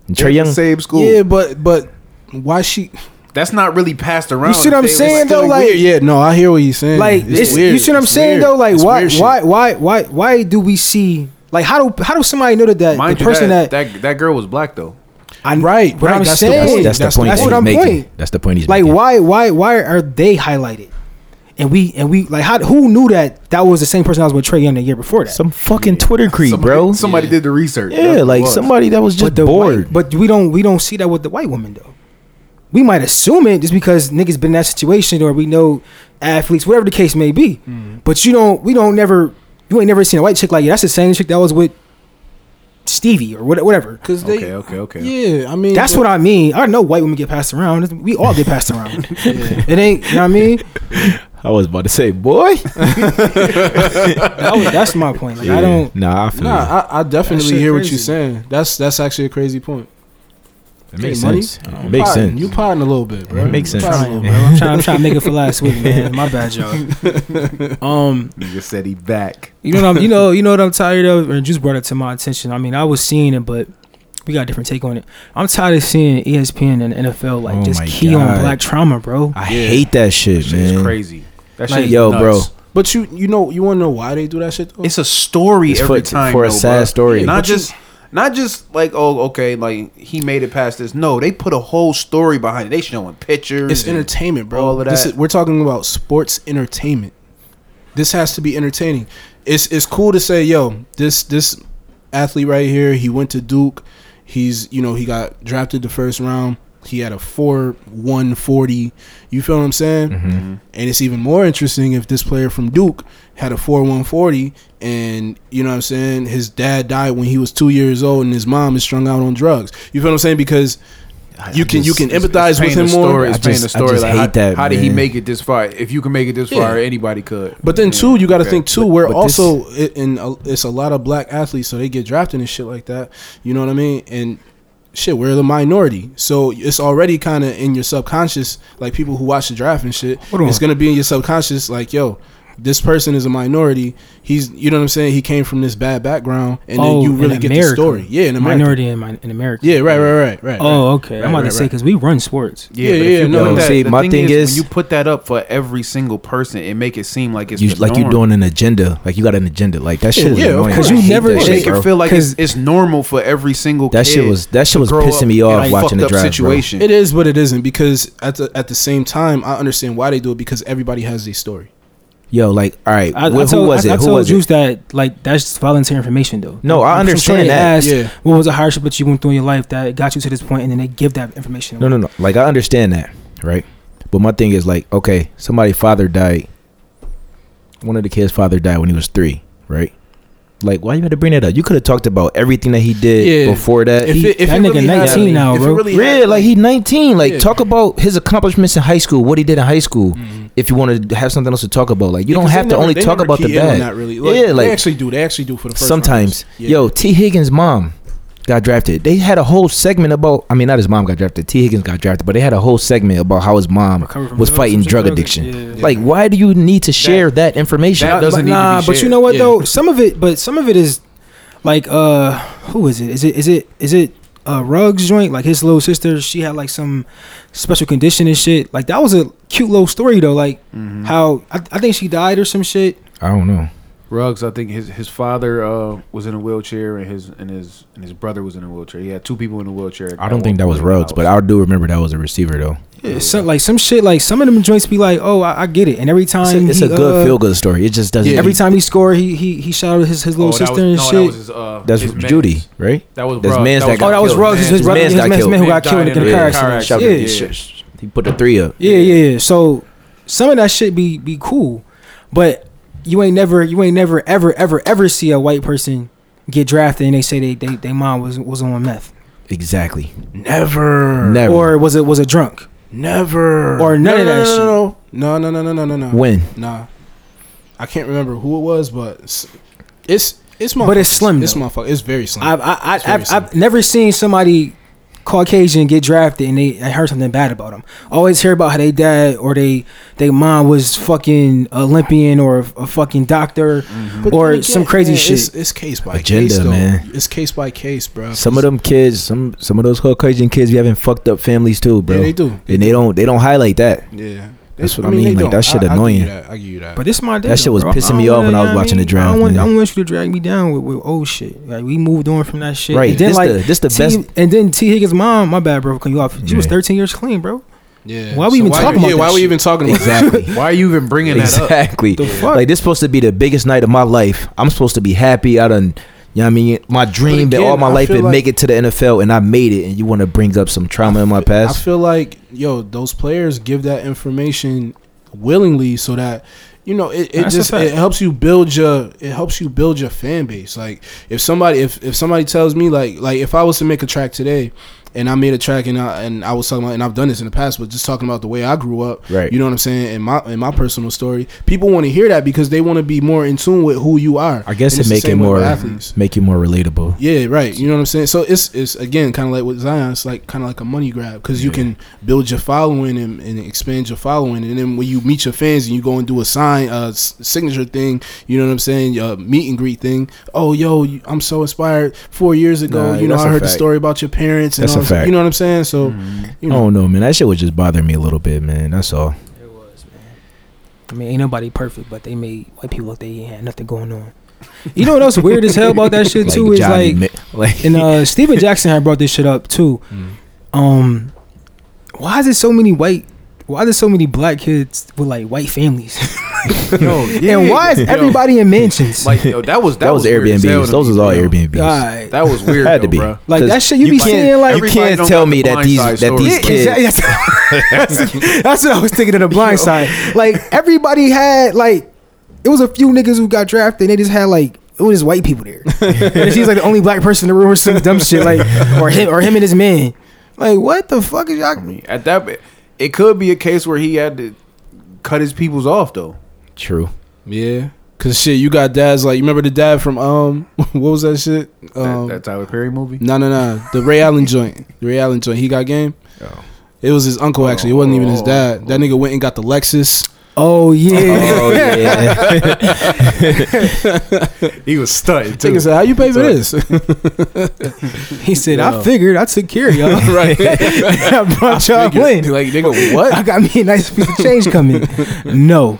And They're Trey at Young. the same school. Yeah, but but why she? That's not really passed around. You see what I'm It's saying, still though? weird. Like- Weird. Yeah, no, I hear what he's saying. like it's, you see what I'm It's saying weird. though? Like It's why weird shit. why why why why do we see? Like how do how do somebody know that that mind the you, person that, that, that that girl was black though. I Right, What right, I'm that's the- saying. That's, Hey, that's the that's- point that's that what he's I'm making. pointing. That's the point he's like making. why why why are they highlighted? And we and we like how who knew that that was the same person I was with Trey Young the year before that? Some fucking Twitter creep, somebody, bro. Somebody did the research. That's yeah, what it like was. somebody that was just but the bored. White, but we don't we don't see that with the white woman though. We might assume it just because niggas been in that situation or we know athletes, whatever the case may be. Mm. But you don't we don't never you ain't never seen a white chick like you. That's the same chick that was with Stevie or what- whatever. Cause they, Okay, okay, okay. yeah, I mean, That's what I mean. I know white women get passed around. We all get passed <laughs> around. <laughs> It ain't, you know what I mean? I was about to say, boy. That was- that's my point. Like, I don't. Nah, I feel Nah, you. I, I definitely shit hear what crazy. you're saying. That's that's actually a crazy point. It makes money? sense. It makes Potting. sense. You potting a little bit, bro. It makes You sense. potting a Trying, bro. little bit. I'm trying, I'm trying to make it for last week, man. My bad, y'all. <laughs> Um, Nigga said he back. You know what I'm, you know you know what I'm tired of, and Juice brought it to my attention. I mean, I was seeing it, but we got a different take on it. I'm tired of seeing E ESPN and NFL like Oh just my key on God. black trauma, bro. I hate that shit, Shit is man. crazy. That Like, shit is yo, nuts. bro. But you you know you want to know why they do that shit though? It's a story It's every for- time for a though, sad bro. story. Not But you- just not just like oh okay like he made it past this. No, they put a whole story behind it. They showing pictures. It's and- entertainment, bro. all of This that. is, we're talking about sports entertainment. This has to be entertaining. It's it's cool to say, yo, this this athlete right here, he went to Duke. He's you know he got drafted the first round. He had a four one forty. You feel what I'm saying? Mm-hmm. And it's even more interesting if this player from Duke had a four one forty, and you know what I'm saying. His dad died when he was two years old, and his mom is strung out on drugs. You feel what I'm saying? Because you can you can It's- it's empathize with painting him a more. Story, it's I painting just- a story. I just like, hate how, that, How did he man. make it this far? If you can make it this Yeah. far, anybody could. But then too, you got to think too. We're but also i- in a, it's a lot of black athletes, so they get drafted and shit like that. You know what I mean? And shit, we're the minority, so it's already kind of in your subconscious. Like people who watch the draft and shit, Hold on. it's gonna be in your subconscious. Like yo. This person is a minority. He's, you know what I'm saying. He came from this bad background, and oh, then you really in get America. the story. Yeah, in America. minority in, my, in America. Yeah, right, right, right, right. Oh, okay. I'm about right, to say right. because we run sports. Yeah, but if yeah, you no. put that- See, the my thing is- when you put that up for every single person, it make it seem like it's You the like you norm. doing an agenda. Like you got an agenda. Like that shit is yeah, of annoying. course. I You hate never that It shit, make it bro. feel like it's, 'Cause- it's normal for every single That kid shit was- that shit to was grow pissing up me in a off watching fucked the up draft, bro. situation. It is, but it isn't because at the at the same time, I understand why they do it because everybody has a story. yo, like, all right, I, wh- I who told, was I, it? I who told was Juice it? that like that's just volunteer information though. No, I I'm sure understand they that. asked Yeah. What was the hardship that you went through in your life that got you to this point, and then they give that information. No, no, no. Like, I understand that, right? But my thing is like, okay, somebody father died. One of the kids' father died when he was three, right? Like, why you had to bring that up? You could have talked about everything that he did Yeah. before Uh, that. If it, if that it nigga really 19 happened, now, if it bro. really Yeah, happened- like he 19. Like Yeah. talk about his accomplishments in high school, what he did in high school. Mm-hmm. If you want to have something else to talk about, like you don't Because have they to never- only they talk never about the key in on bad. that really. Like, Yeah, like- they actually do. They actually do for the first Sometimes, rounders. Yeah. yo, T Higgins' mom got drafted. They had a whole segment about. I mean, not his mom got drafted. T Higgins got drafted, but they had a whole segment about how his mom Recover from was drugs, fighting some drug drugs, addiction. yeah. Like, why do you need to share that, information? that doesn't but, need to be nah, but you shared. know what Yeah. though? Some of it, but some of it is like uh, who is it? Is it is it is it uh Rugs joint? Like his little sister, she had like some special condition and shit. Like that was a cute little story though. Like Mm-hmm. how I, I think she died or some shit. I don't know. Ruggs, I think his his father uh, was in a wheelchair and his and his and his brother was in a wheelchair. He had two people in a wheelchair. I don't think that was Ruggs, but I do remember that was a receiver though. Some, like some shit. Like some of them joints be like, oh, I, I get it. And every It's time a, it's he, a good uh, feel good story. It just doesn't. Yeah. Every time he scored, he he he shouted his Oh, his little sister and shit. his, uh, that's his man's. Judy, right? That was That's Ruggs. man's that oh, that was killed. Rugs, his, his His brother, man's his got man's killed. man who got Man killed in died a in a car car accident. accident. Yeah. Yeah. He put the three up. Yeah, yeah, yeah. So some of that shit be be cool, but you ain't never, you ain't never, ever, ever, ever see a white person get drafted and they say they they, they mom was was on meth Exactly. Never. Never. or was it was a drunk Never. or none no, of that shit. No, no, no, no, no, no, no. when? Nah, I can't remember who it was, but it's it's, it's my. But it's slim, It's though. my It's very slim. I've I, I, It's very I've, I've never seen somebody Caucasian get drafted and they I heard something bad about them. Always hear about how they dad or they they mom was fucking Olympian or a, fucking doctor But or then again, some crazy man, shit. It's, it's case by Agenda, case, though. man. It's case by case, bro. Some of them kids, some some of those Caucasian kids, you having fucked up families too, bro. Yeah, they do. and they don't they don't highlight that. Yeah, That's They- what I mean, they like, that don't. shit I- I annoying. give you that. I give you that. But this is my day. That shit was bro. pissing I me don't off when I was know what watching the mean? draft, I don't, want, nigga. I don't want you to drag me down with, with old shit. Like we moved on from that shit. Right. And then This like the- this the T, best- And then T Higgins' mom, my bad, bro, cut you off. She was Yeah. 13 years clean, bro. yeah. Why we even talking yeah, about Why that we shit? even talking about that? Exactly. Why are you even bringing that up? exactly. The fuck. Like this supposed to be the biggest night of my life. I'm supposed to be happy. I done you know what I mean my dream that again, all my I life feel and like- make it to the NFL and I made it and you wanna bring up some trauma in my I past. feel like yo, those players give that information willingly so that you know it, it That's a just fact. it helps you build your it helps you build your fan base. Like if somebody if if somebody tells me like like if I was to make a track today. And I made a track, and I and I was talking about, and I've done this in the past, but just talking about the way I grew up, Right. You know what I'm saying? In my in my personal story, people want to hear that because they want to be more in tune with who you are. I guess And it's it the make it same way with more athletes. make you more relatable. Yeah, right. You know what I'm saying. So it's it's again kind of like with Zion. It's like kind of like a money grab because you can build your following and, and expand your following, and then when you meet your fans and you go and do a sign, uh, s- signature thing. You know what I'm saying? A meet and greet thing. Oh, yo, you- I'm so inspired. Four years ago, Nah, you know, that's I a heard the fact. story about your parents. And That's all this- a fact. Mm. Oh. You know what I'm saying? So Mm. you I know, don't know, man. That shit was just bothering me a little bit, man. That's all. It was, man. I mean, ain't nobody perfect, but they made white people look they ain't had nothing going on. You know what else weird as hell about that shit <laughs> Like, too is Johnny like Ma- <laughs> like and uh Steven Jackson had brought this shit up <laughs> too. Mm. Um why is there so many white why there's so many black kids with like white families? <laughs> No, and why <laughs> is Yo, everybody in mansions? like yo, that was that, that was weird as hell Airbnbs. to Those me, was all yo. Airbnbs. God. That was weird. Had to though, be. bruh. Like, 'Cause that shit you be can't- seeing, like- you Everybody can't don't tell got me the that blind these side that story. these Yeah, kids that's, that's what I was thinking of the blind side. Like everybody had like it was a few niggas who got drafted and they just had like it was just white people there. and she's like the only black person in the room or some dumb shit like or him or him and his man. Like what the fuck is y'all At that, it could be a case where he had to cut his peoples off though. True. yeah, because shit, you got dads like you remember the dad from um <laughs> what was that shit? That, Um, that Tyler Perry movie. No, no, no. The Ray Allen joint. The Ray Allen joint. He got game. Oh. It was his uncle actually. It wasn't even his Oh. dad. That nigga went and got the Lexus. Oh yeah. Oh yeah. He was stunting Nigga said, "How you pay for this?" He said, Yeah. I figured I took care of y'all. right. <laughs> I <laughs> brought y'all Nigga, in. like nigga, I <laughs> what? got me a nice piece of change coming. No.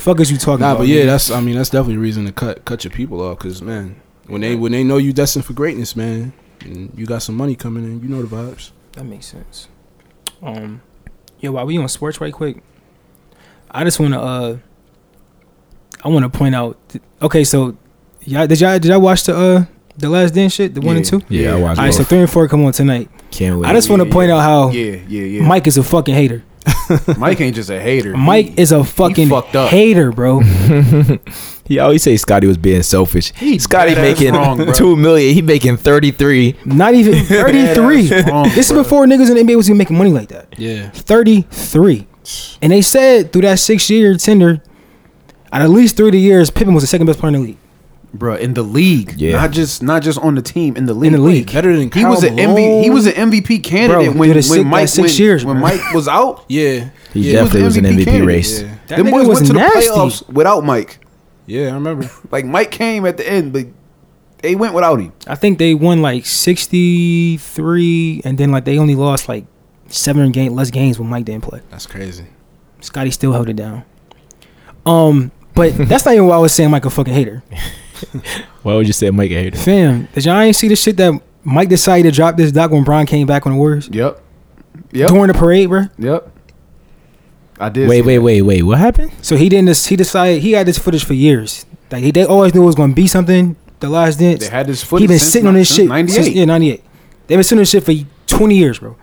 fuck is you talking Nah, about? but yeah, nigga? that's. I mean, that's definitely a reason to cut cut your people off. Cause man, when they when they know you destined for greatness, man, and you got some money coming in, you know the vibes. That makes sense. Um, yo, while we on sports right quick, I just want to uh I want to point out. th- Okay, so y'all did y'all did y'all watch the uh the last dance shit, the one and Yeah. two? Yeah, I watched All right, so both. three and four come on tonight. Can't wait. I just want to yeah, point out how Yeah, yeah, yeah. Mike is a fucking hater. Mike ain't just a hater. Mike is a fucking fucked up. hater, bro. he always say Scotty was being selfish. He Scotty dead ass making wrong, bro. two million. He making thirty three. Not <laughs> even thirty three. That's wrong, This is bro. before niggas in the NBA was even making money like that. Yeah. 33. And they said through that six year tenure, at at least three of the years, Pippen was the second best player in the league. bro, in the league. Yeah. Not just not just on the team, in the league. In the league. Better than He Karl was an MV, he was an MVP candidate Bro, when, did when it six- Mike that six when, years, when bro. Mike was out. Yeah. He yeah, definitely was an MVP candidate. race. Yeah. That Them nigga boys was went to nasty. the playoffs without Mike. Yeah, I remember. Like Mike came at the end, but they went without him. I think they won like 63, and then like they only lost like seven game less games when Mike didn't play. That's crazy. Scotty still held it down. Um, <laughs> but that's not even why I was saying Mike a fucking hater. Why would you say Mike hater? Fam, did y'all ain't see the shit that Mike decided to drop this doc when Brian came back on the Warriors Yep. Yep. during the parade, bro? Yep. I did. Wait, see wait, that. wait, wait. What happened? So he didn't. He decided he had this footage for years. Like he, they always knew it was going to be something. The last dance. They had this He footage. been since sitting on this since shit. Since, 98. yeah, ninety eight. They've been sitting on this shit for twenty years, bro.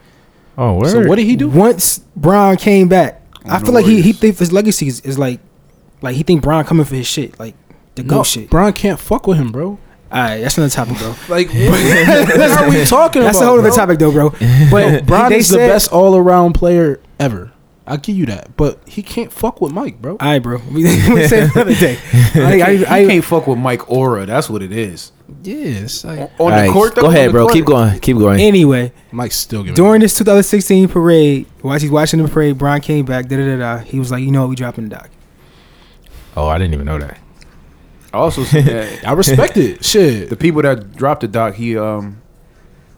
Oh, word. So what did he do? Once Brown came back, I the feel like he he Warriors. think his legacy is, is like, like he think Brown coming for his shit, like the goat shit. All Bron can't fuck with him, bro. right, that's another topic, <laughs> bro. Like, what are <laughs> we <laughs> talking that's about? a whole bro? other topic, though, bro. <laughs> But Bron they is said- the best all around player ever. I give you that, but he can't fuck with Mike, bro. All right, bro. <laughs> We, we say it another <laughs> day. I, I, I, I, can't fuck with Mike Aura. That's what it is. Yes, On, like, on the Alright, court, though, Go on ahead, the bro. court. Keep going. Keep <laughs> going. anyway, Mike's still giving. during this 2016 parade, while he's watching the parade, Brown came back. Da da da da. He was like, you know, what, we dropping the doc. Oh, I didn't even know that. I also see that I respect it. <laughs> Shit. the people that dropped the doc, he um,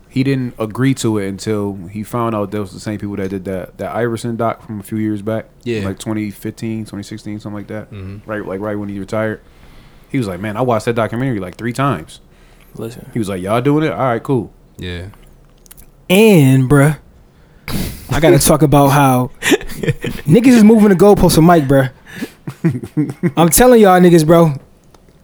he didn't agree to it until he found out those was the same people that did that that Iverson doc from a few years back. Yeah. like 2015, 2016, something like that. Mhm. Right, like right when he retired. He was like, man, I watched that documentary like three times. Listen. He was like, y'all doing it? All right, cool. Yeah. And bruh, I gotta talk about how niggas is moving the goalposts for Mike, bruh. I'm telling y'all niggas, bro,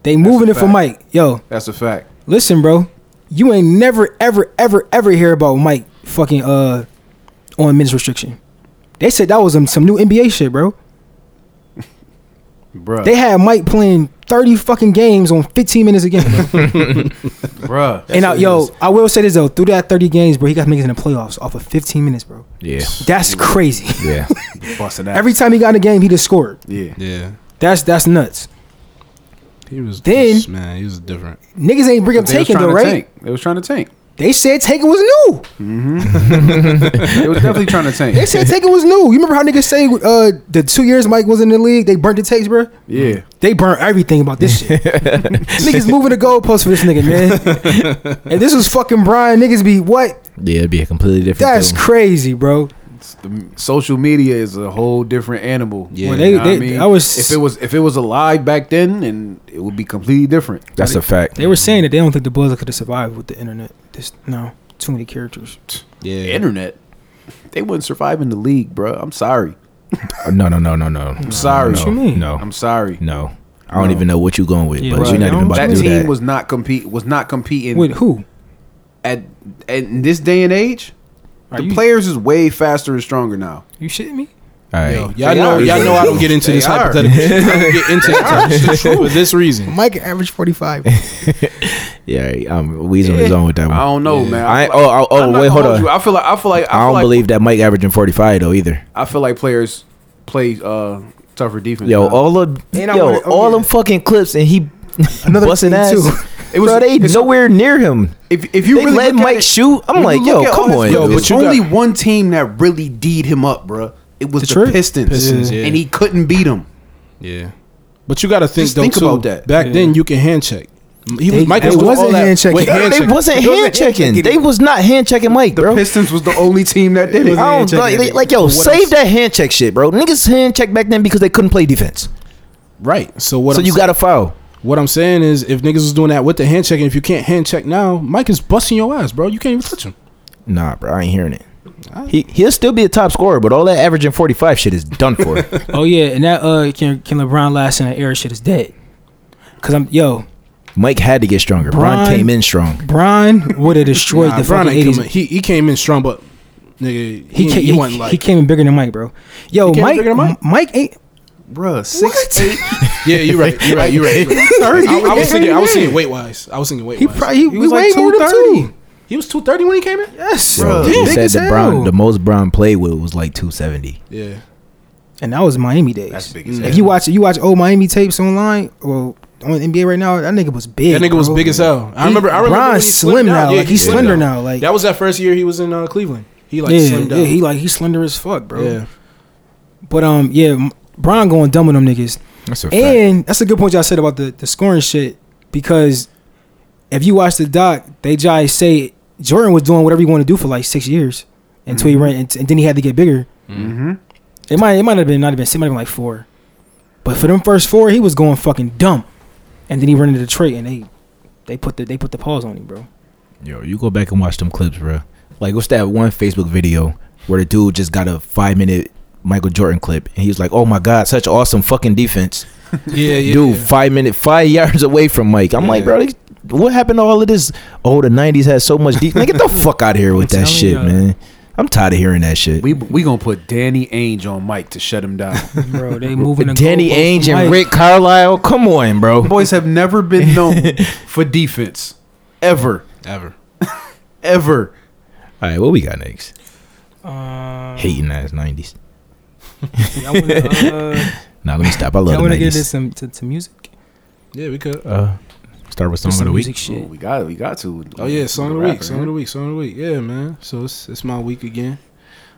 they moving a it for fact. Mike. Yo, That's a fact. listen, bro, you ain't never, ever, ever, ever hear about Mike fucking uh on minutes restriction. They said that was some, some new NBA shit, bro. Bruh. They had Mike playing 30 fucking games on 15 minutes a game. Bro. <laughs> bruh. <laughs> and I, what it yo, is. I will say this though, through that 30 games, bro, he got niggas in the playoffs off of 15 minutes, bro. Yeah. That's crazy. Yeah. Busting out. Every time he got in the game, he just scored. yeah. Yeah. That's that's nuts. He was Then- just- man. He was different. Niggas ain't bring up They was taking trying though, to right? tank. They was trying to tank. They said taking was new. They was definitely trying <laughs> to They tank. said taking was new. You remember how niggas say uh, the two years Mike was in the league, they burnt the tapes, bro. Yeah. They burnt everything about this <laughs> shit. niggas moving the goalposts for this nigga, man. <laughs> and this was fucking Brian. Niggas be what? Yeah, it'd be a completely different. That's thing. crazy, bro. It's the- social media is a whole different animal. Yeah. Well, they- You know what they- I was- if it was if it was alive back then, and it would be completely different. That's a fact. They were saying that they don't think the Bulls could have survived with the internet. This no, too many characters. Yeah. Internet, they wouldn't survive in the league, bro. I'm sorry. Uh, No, no, no, no, no. I'm sorry. No, What you mean? No, I'm sorry. no. I don't No. even know what you're going with, Yeah, but right. you're not No, even about That to do team that. was not compete was not competing With who? at, at in this day and age. Are the you- players is way faster and stronger now. You shitting me? All Yo, right. y'all They know, are. y'all know I don't get into They this are. hypothetical. shit. I don't get into this type of shit for this reason. Mike averaged forty five. Yeah, all right. um, Wee's on his own with that I one. don't know, Yeah. man. I, feel like- oh, oh, I'm oh not wait, hold gonna hold on. you. I feel like I feel like I, I feel don't like, believe that Mike averaging 45 though either. I feel like players play uh, tougher defense. Yo, now. all of And I yo, wanna- oh, all yeah. them fucking clips, and he Another busting thing, ass. too. It was- Bro, they it's- nowhere near him. if if you they really let look at Mike it- shoot. I'm when like, you yo, look at all come his- yo, on, dude. but There's you only got- one team that really D'd him up, bruh. It was the, Detroit? Pistons, Pistons, yeah. and he couldn't beat them. Yeah. But you got to think Just though think too. about that. Back then, you can hand check. He was, They- Mike they was doing wasn't all that hand checking. with hand they checking. wasn't It wasn't hand checking. hand-checking. They was not hand checking Mike, The bro. Pistons was the only team that did it. I don't hand-checking like, that like, nigga. like, yo, What save else? that hand check shit, bro. Niggas hand check back then because they couldn't play defense. right. So what? so I'm you saying- got to foul. What I'm saying is, if niggas was doing that with the hand checking, if you can't hand check now, Mike is busting your ass, bro. You can't even touch him. Nah, bro, I ain't hearing it. He he'll still be a top scorer, but all that averaging forty five shit is done <laughs> for. Oh yeah, and that uh, can can LeBron last in the era shit is dead. Cause I'm yo, Mike had to get stronger. Bron Bron- came in strong. Bron would <laughs> have destroyed Nah, the Bron fucking ain't eighties. come in- he he came in strong, but nigga, He, he came, he, he wasn't like he came in bigger than Mike, bro. Yo, He came in Mike, bigger than Mike? M- Mike ain't Bruh, six eight. yeah. You're right. You're right. <laughs> You're right. You're right. I, I was thinking. I was thinking weight wise. I was thinking weight he wise. probably he, He we was like way more than 230. two. he was two thirty when he came in. Yes, Bro, he Big said as the hell. Brown the most Brown played with was like two seventy. Yeah. and that was Miami days. That's big as Mm. hell. If you watch you watch old Miami tapes online, well on NBA right now, that nigga was big. That nigga was bro. big as hell. I remember. I remember. when he Bron's slimmed slim down. now. Yeah, like he he's slimmed slender down. now. Like That was that first year he was in uh, Cleveland. He like yeah, slimmed down. yeah, he like he's slender as fuck, bro. Yeah. But um, yeah, M- Bron going dumb with them niggas, That's a and that's a good point y'all said about the the scoring shit because if you watch the doc, they just say Jordan was doing whatever he wanted to do for like six years until he ran, and, and then he had to get bigger. Mm-hmm. It might it might have been not even it might have been like four, but for them first four, he was going fucking dumb, and then he ran to Detroit and they they put the they put the pause on him, bro. Yo, you go back and watch them clips, bro. Like, what's that one Facebook video where the dude just got a five minute Michael Jordan clip and he was like, "Oh my God, such awesome fucking defense, Yeah, yeah, dude!" yeah. Five minute, five yards away from Mike. I'm like, Yeah. bro, like, what happened to all of this? Oh, the '90s had so much <laughs> defense. get the fuck out of here with I'm telling that shit, ya. man. I'm tired of hearing that shit. We we gonna put Danny Ainge on Mike to shut him down. <laughs> Bro, they moving the Danny goalposts Ainge from and Mike. Rick Carlisle, come on, bro. <laughs> Boys have never been known for defense, ever, Ever. <laughs> ever. All right, what we got next? Um, Hating ass '90s. Y'all wanna, uh, Now let me stop. I <laughs> love y'all the wanna get into '90s. some to, to music? Yeah, we could. Uh, start with song of some the week. music Oh, shit. we got we got to. Oh yeah, song of the week, song of the week, song of the week. Yeah, man. So it's it's my week again.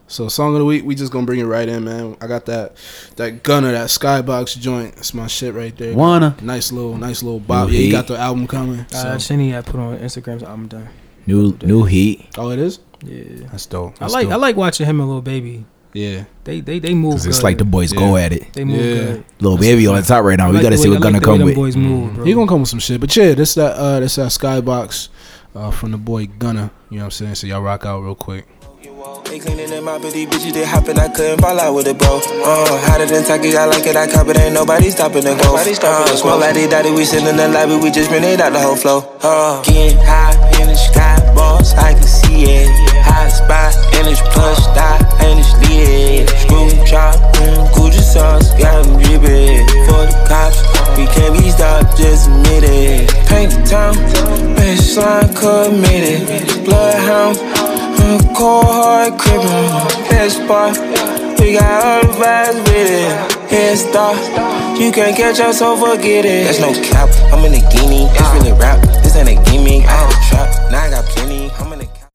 So song of the week, we just gonna bring it right in, man. I got that that gunner, that skybox joint. It's my shit right there. Wanna Nice little, nice little bop. New Yeah, you heat. got the album coming. Uh, So. Shinny, I put on Instagram's album done. New New Heat. Oh, it is. Yeah, That's dope. I like I like watching him and Lil Baby. Yeah, They they they move. 'Cause it's good. like the boys go at it. they move Yeah. good. Little baby on the top right now. I We like gotta the see way- what I like gonna the way come them with. Mm-hmm. Boys move, bro. he gonna come with some shit. But yeah, that's that uh that's that skybox uh from the boy Gunner. You know what I'm saying? So y'all rock out real quick. They cleaning them out, but these bitches they hopping. I couldn't fall out with it, bro. Uh, hotter than Taki, I like it, I cop it. Ain't nobody stopping the growth. Uh, smoke like they daddy, we sitting in the lobby, we just been it out the whole flow. Uh, getting high in the sky, boss, I can see it. Hot spot in this plush, die in this lid. Boom, drop, mm, Gucci sauce, got 'em dripping. For the cops, we can't be stopped, just admit it. Paint town, baseline committed. Bloodhound. I'm a cold hard criminal. Best part, we got all the vibes with it. Head start, you can't catch us, so forget it. There's no cap, I'm in a guinea. It's really rap, this ain't a gimmick. I don't trap, now I got plenty. I'm in a cap.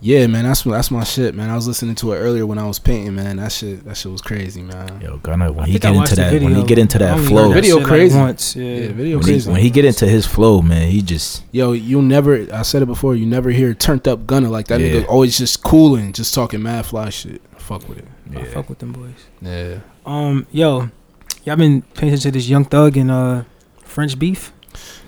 Yeah, man, that's that's my shit, man. I was listening to it earlier when I was painting, man. That shit that shit was crazy, man. Yo, Gunna, when he think get I watched into the that, when he video. get into I that only flow, heard that Video shit, like, crazy. once, yeah. Yeah, video when he, crazy. when he get into his flow, man, he just Yo, you never. I said it before. You never hear turned up gunner like that. Yeah. Nigga always just cooling, just talking mad fly shit. Fuck with it. I yeah. fuck with them boys. Yeah. Um, yo, y'all been paying attention to this Young Thug and uh French Beef?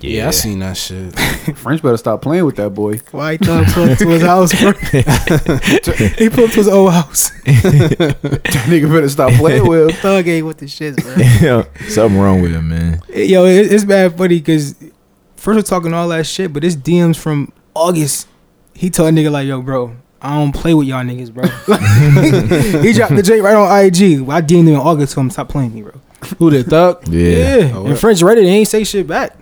Yeah, I seen that shit. French better stop playing with that <laughs> boy. Why Thug pulled up to his house, <laughs> bro? <laughs> he pulled up to his old house. That nigga better stop playing with. him. Thug ain't with the shits, <laughs> bro. Yo, something wrong with him, man. Yo, it, it's bad funny because first we're talking all that shit, but it's DMs from August. He told a nigga like, "Yo, bro, I don't play with y'all niggas, bro." <laughs> he dropped the J right on IG. I DM'd him in August, told him stop playing me, bro. Who did thug? Yeah, Oh, and what? French Reddit they ain't say shit back.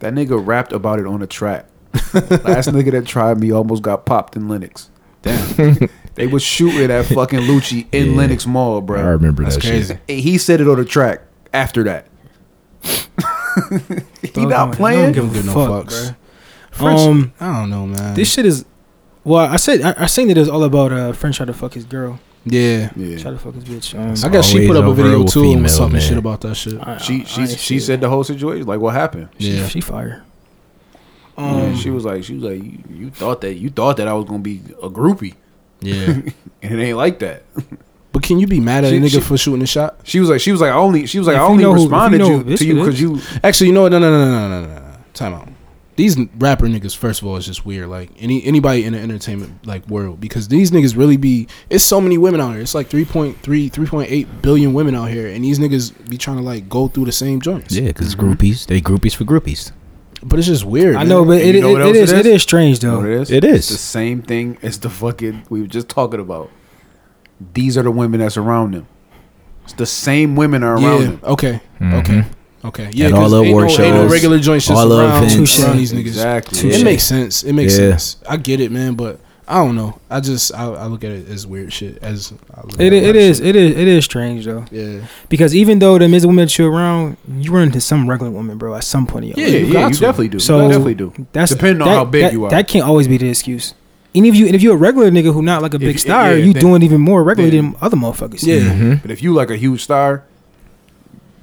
That nigga rapped about it on a track. <laughs> Last nigga that tried me almost got popped in Linux. Damn. <laughs> they was shooting at fucking Lucci in Yeah. Lennox Mall, bro. I remember That's that crazy. shit. And he said it on the track after that. <laughs> he Thug not don't- don't playing. give a Give no fuck, fucks. bruh. French, Um, I don't know, man. This shit is. Well, I said I, I seen that it was all about uh French try to fuck his girl, yeah. try Yeah. to fuck his bitch. Um, I guess she Always put up a a video verbal too and was female, talking man. shit about that shit. I- I- She I she ain't she see said it. the whole situation. Like what happened? she, Yeah. she fire. Yeah, Um, she was like she was like you, you thought that you thought that I was gonna be a groupie, Yeah. and it ain't like that. but can you be mad at She- a nigga she- for shooting a shot? She was like she was like I only she was like If I you only know who- if you responded know you who this to you is. because you Actually, you know what? No, no, no, no, no, no, no. Time out. these rapper niggas first of all is just weird like any anybody in the entertainment like world because these niggas really be it's so many women out here it's like 3.3 3.8 billion women out here and these niggas be trying to like go through the same joints Yeah, because Mm-hmm. groupies, they groupies for groupies. but it's just weird I man. know, but it, You know it- what it else it is it is? is strange You know though. what is? It It's is. the same thing as the fucking we were just talking about. These are the women that's around them. It's the same women are around yeah them. okay Mm-hmm. okay okay yeah At all 'cause the ain't no, award ain't no shows, regular joints just all the around, events. around these niggas Exactly. Touche. It makes sense. It makes Yeah. sense. I get it, man. But I don't know. I just I, I look at it as weird shit. As I look It, at it my is shit. it is it is strange though Yeah. because even though the Miz women that you around, you run into some regular woman, bro. At some point, in your Yeah, life. yeah, you you, got to. definitely do. So- you definitely do. that's Depending on that- how big that- you are. That can't always be the excuse. And if you and if you're a regular nigga who not like a big you- star, yeah, you then- doing even more regularly then- than other Mm-hmm. motherfuckers. Yeah. But if you like a huge star,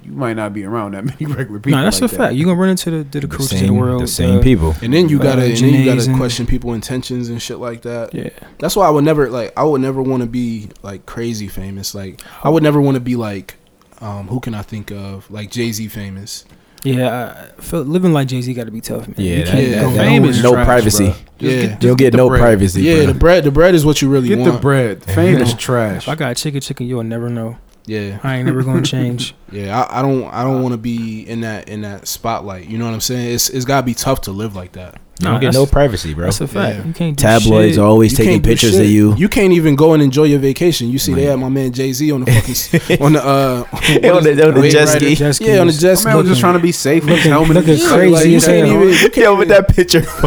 you might not be around that <laughs> many regular people. no, that's like a that. fact. You're gonna run into the the, the The crews in the same- world, the same uh, people. And then you Uh, gotta and then you Janae's gotta and- question people intentions and shit like that. Yeah, That's why I would never like I would never want to be like crazy famous. Like I would never want to be like um who can I think of like Jay Z famous. yeah. I feel, living like Jay Z got to be tough, man. Yeah, you that- can't that- go that nowhere. Fame is no trash, privacy. bruh. Just Yeah. just You'll get the no bread. privacy. yeah, bro. the bread the bread is what you really Get want. the bread. Fame is trash. If I got chicken, chicken, you'll never know. Yeah, I ain't never <laughs> gonna change. yeah. I, I don't I don't want to be in that in that spotlight. You know what I'm saying? It's it's gotta be tough to live like that. You Nah, don't get that's- no privacy, bro. That's a fact. Yeah. You can't do Tabloids shit. are always You taking can't do pictures shit. of you. You can't even go and enjoy your vacation. You see, they had my man Jay Z <laughs> on the fucking on the uh On the- on the wave jet rider. ski. Jet ski. Yeah, on the jet My ski. man was just trying to be safe. Look, helmet looking and shit. crazy Like, as you can't hell. even- Yo, with that picture. <laughs>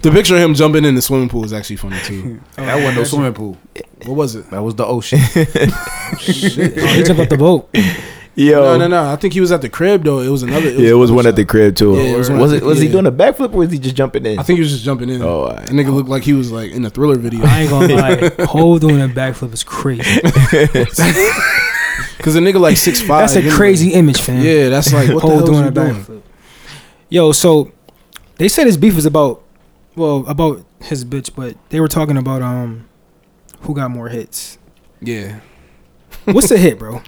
The picture of him jumping in the swimming pool is actually funny <laughs> too. That wasn't no swimming pool. What was it? That was the ocean. Oh, he jumped off the boat. Yo. No, no, no. I think he was at the crib though. It was another. Yeah, it was one at the crib too. Yeah, it was was one at it? the- Was he yeah. doing a backflip or was he just jumping in? I think he was just jumping in. Oh, Oh, I- that nigga looked like he was like in a thriller <laughs> video I ain't gonna <laughs> lie. Hole doing a backflip is crazy. because the nigga like six five. That's a crazy image, fam. Yeah, that's like what the Hole hell doing doing a you doing? backflip. Yo, so they said his beef was about, well, about his bitch, but they were talking about um, who got more <laughs> hits. Yeah, What's a hit, bro?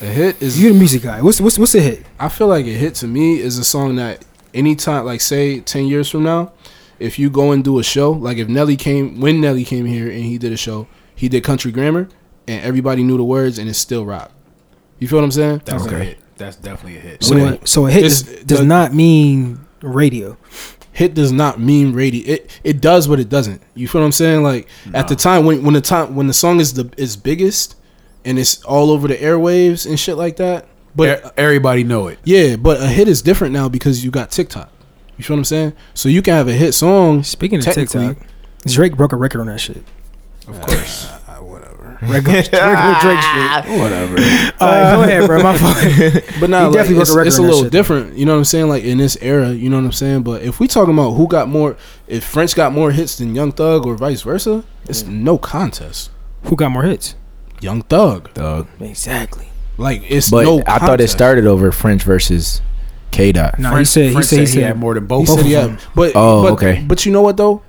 a hit is. You the music guy. What's what's what's a hit? I feel like a hit to me is a song that anytime, like say ten years from now, if you go and do a show, like if Nelly came when Nelly came here and he did a show, he did country grammar and everybody knew the words and it's still rap. You feel what I'm saying? That's Okay. That's definitely a hit. So Okay. a, so a hit It's- does, does the- not mean radio. hit does not mean radio. It it does, but it doesn't. You feel what I'm saying? Like at the time when when the time when the song is the is biggest and it's all over the airwaves and shit like that. But But E-, everybody know it. yeah, but a hit is different now because you got TikTok. You feel what I'm saying? So you can have a hit song. Speaking of Technically- TikTok, Uh, Drake broke a record on that shit. Of course, whatever. <laughs> Regular, regular Drake shit. Whatever. All right, go ahead, bro. <laughs> My fault. But now He definitely like, broke it's, a record it's a on that little shit, though. different. You know what I'm saying? Like in this era, you know what I'm saying. But if we talking about who got more, if French got more hits than Young Thug or vice versa, it's no contest. Who got more hits? Young Thug, Dog. Exactly. like it's But no. I thought it contest. started over French versus K Dot. No, he French- said he French said he he had said more than He both. said, of yeah, them. but Oh, but, okay. But you know what though?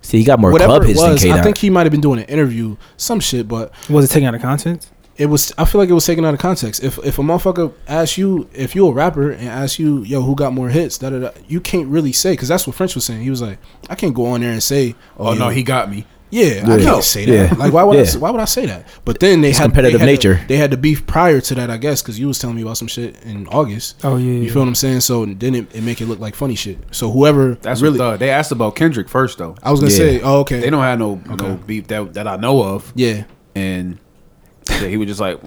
See, he got more Whatever club it hits than was, K I Dot. think he might have been doing an interview, some shit. But was it taken out of context? it was. I feel like it was taken out of context. If if a motherfucker asks you, if you a rapper and asks you, yo, who got more hits? Da da da. You can't really say because that's what French was saying. He was like, I can't go on there and say, Oh yo, no, he got me. Yeah, I Yeah. can't say that. Yeah. Like, why would I, Yeah. s- why would I say that? But then they It's had competitive they had nature. The, they had the beef prior to that, I guess, because you was telling me about some shit in August. Oh yeah. You feel what I'm saying? So then it, it make it look like funny shit. So whoever That's really, really. What, Thug- they asked about Kendrick first though. I was gonna Yeah. say, oh okay, They don't have no no beef that that I know of. yeah, And that he was just like,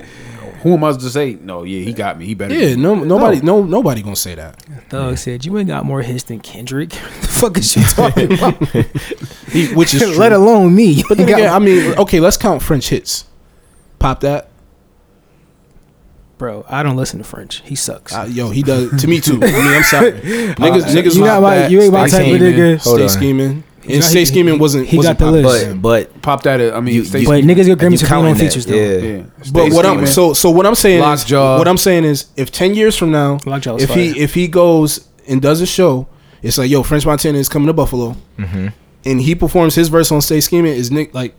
who am I to say? No, yeah, he got me. He better. yeah. No, nobody, no, nobody gonna say that. Thug said you ain't got more hits than Kendrick. <laughs> the fuck is you talking about? He- which <laughs> is Let true. alone me. But then again, I mean, okay, let's count French hits. Pop that, bro, I don't listen to French. He sucks. Uh, yo. He does to me too. I mean, <laughs> I'm sorry, niggas, Uh, niggas. you pop not my- that, you ain't my stay type of scheming, nigga. Hold Stay on. scheming. not- And stay he- scheming wasn't. he wasn't got the pop- list. but but Pop that. at- I mean, you, Stacey- you, But niggas get Grammys you for being counting on that, features, though. Yeah. yeah. But Stacey what I'm Keaton. so so what I'm saying is Lockjaw. what I'm saying is if ten years from now Lockjaw was if he fire. if he goes and does a show it's like yo Mm-hmm. French Montana is coming to Buffalo and he performs his verse on Stay Scheming is Nick like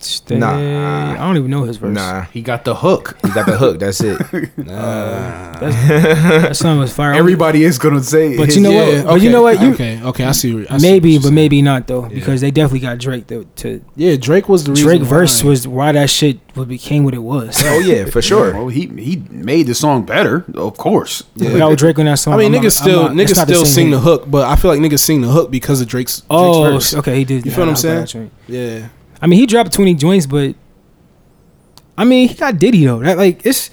Stay. Nah. I don't even know his verse. Nah, He got the hook. he got the hook. <laughs> That's it. That song was fire. Everybody is gonna say. But his- you know what? Yeah, But you know what? You okay, okay, I see. I see <laughs> what maybe, you're but saying. maybe not though, because they definitely got Drake though, to yeah, Drake was the reason Drake verse why. was why that shit would became what it was. oh yeah, for sure. Well, he he made the song better, of course. Without Drake on that song, I mean, I'm niggas not- I'm still not- it's niggas not the still same sing thing. the hook, but I feel like niggas sing the hook because of Drake's. Oh, Drake's verse. okay, he did. You feel nah, what I'm I got that joint. saying? yeah, I mean, he dropped 20 joints, but I mean, he got Diddy though. That like it's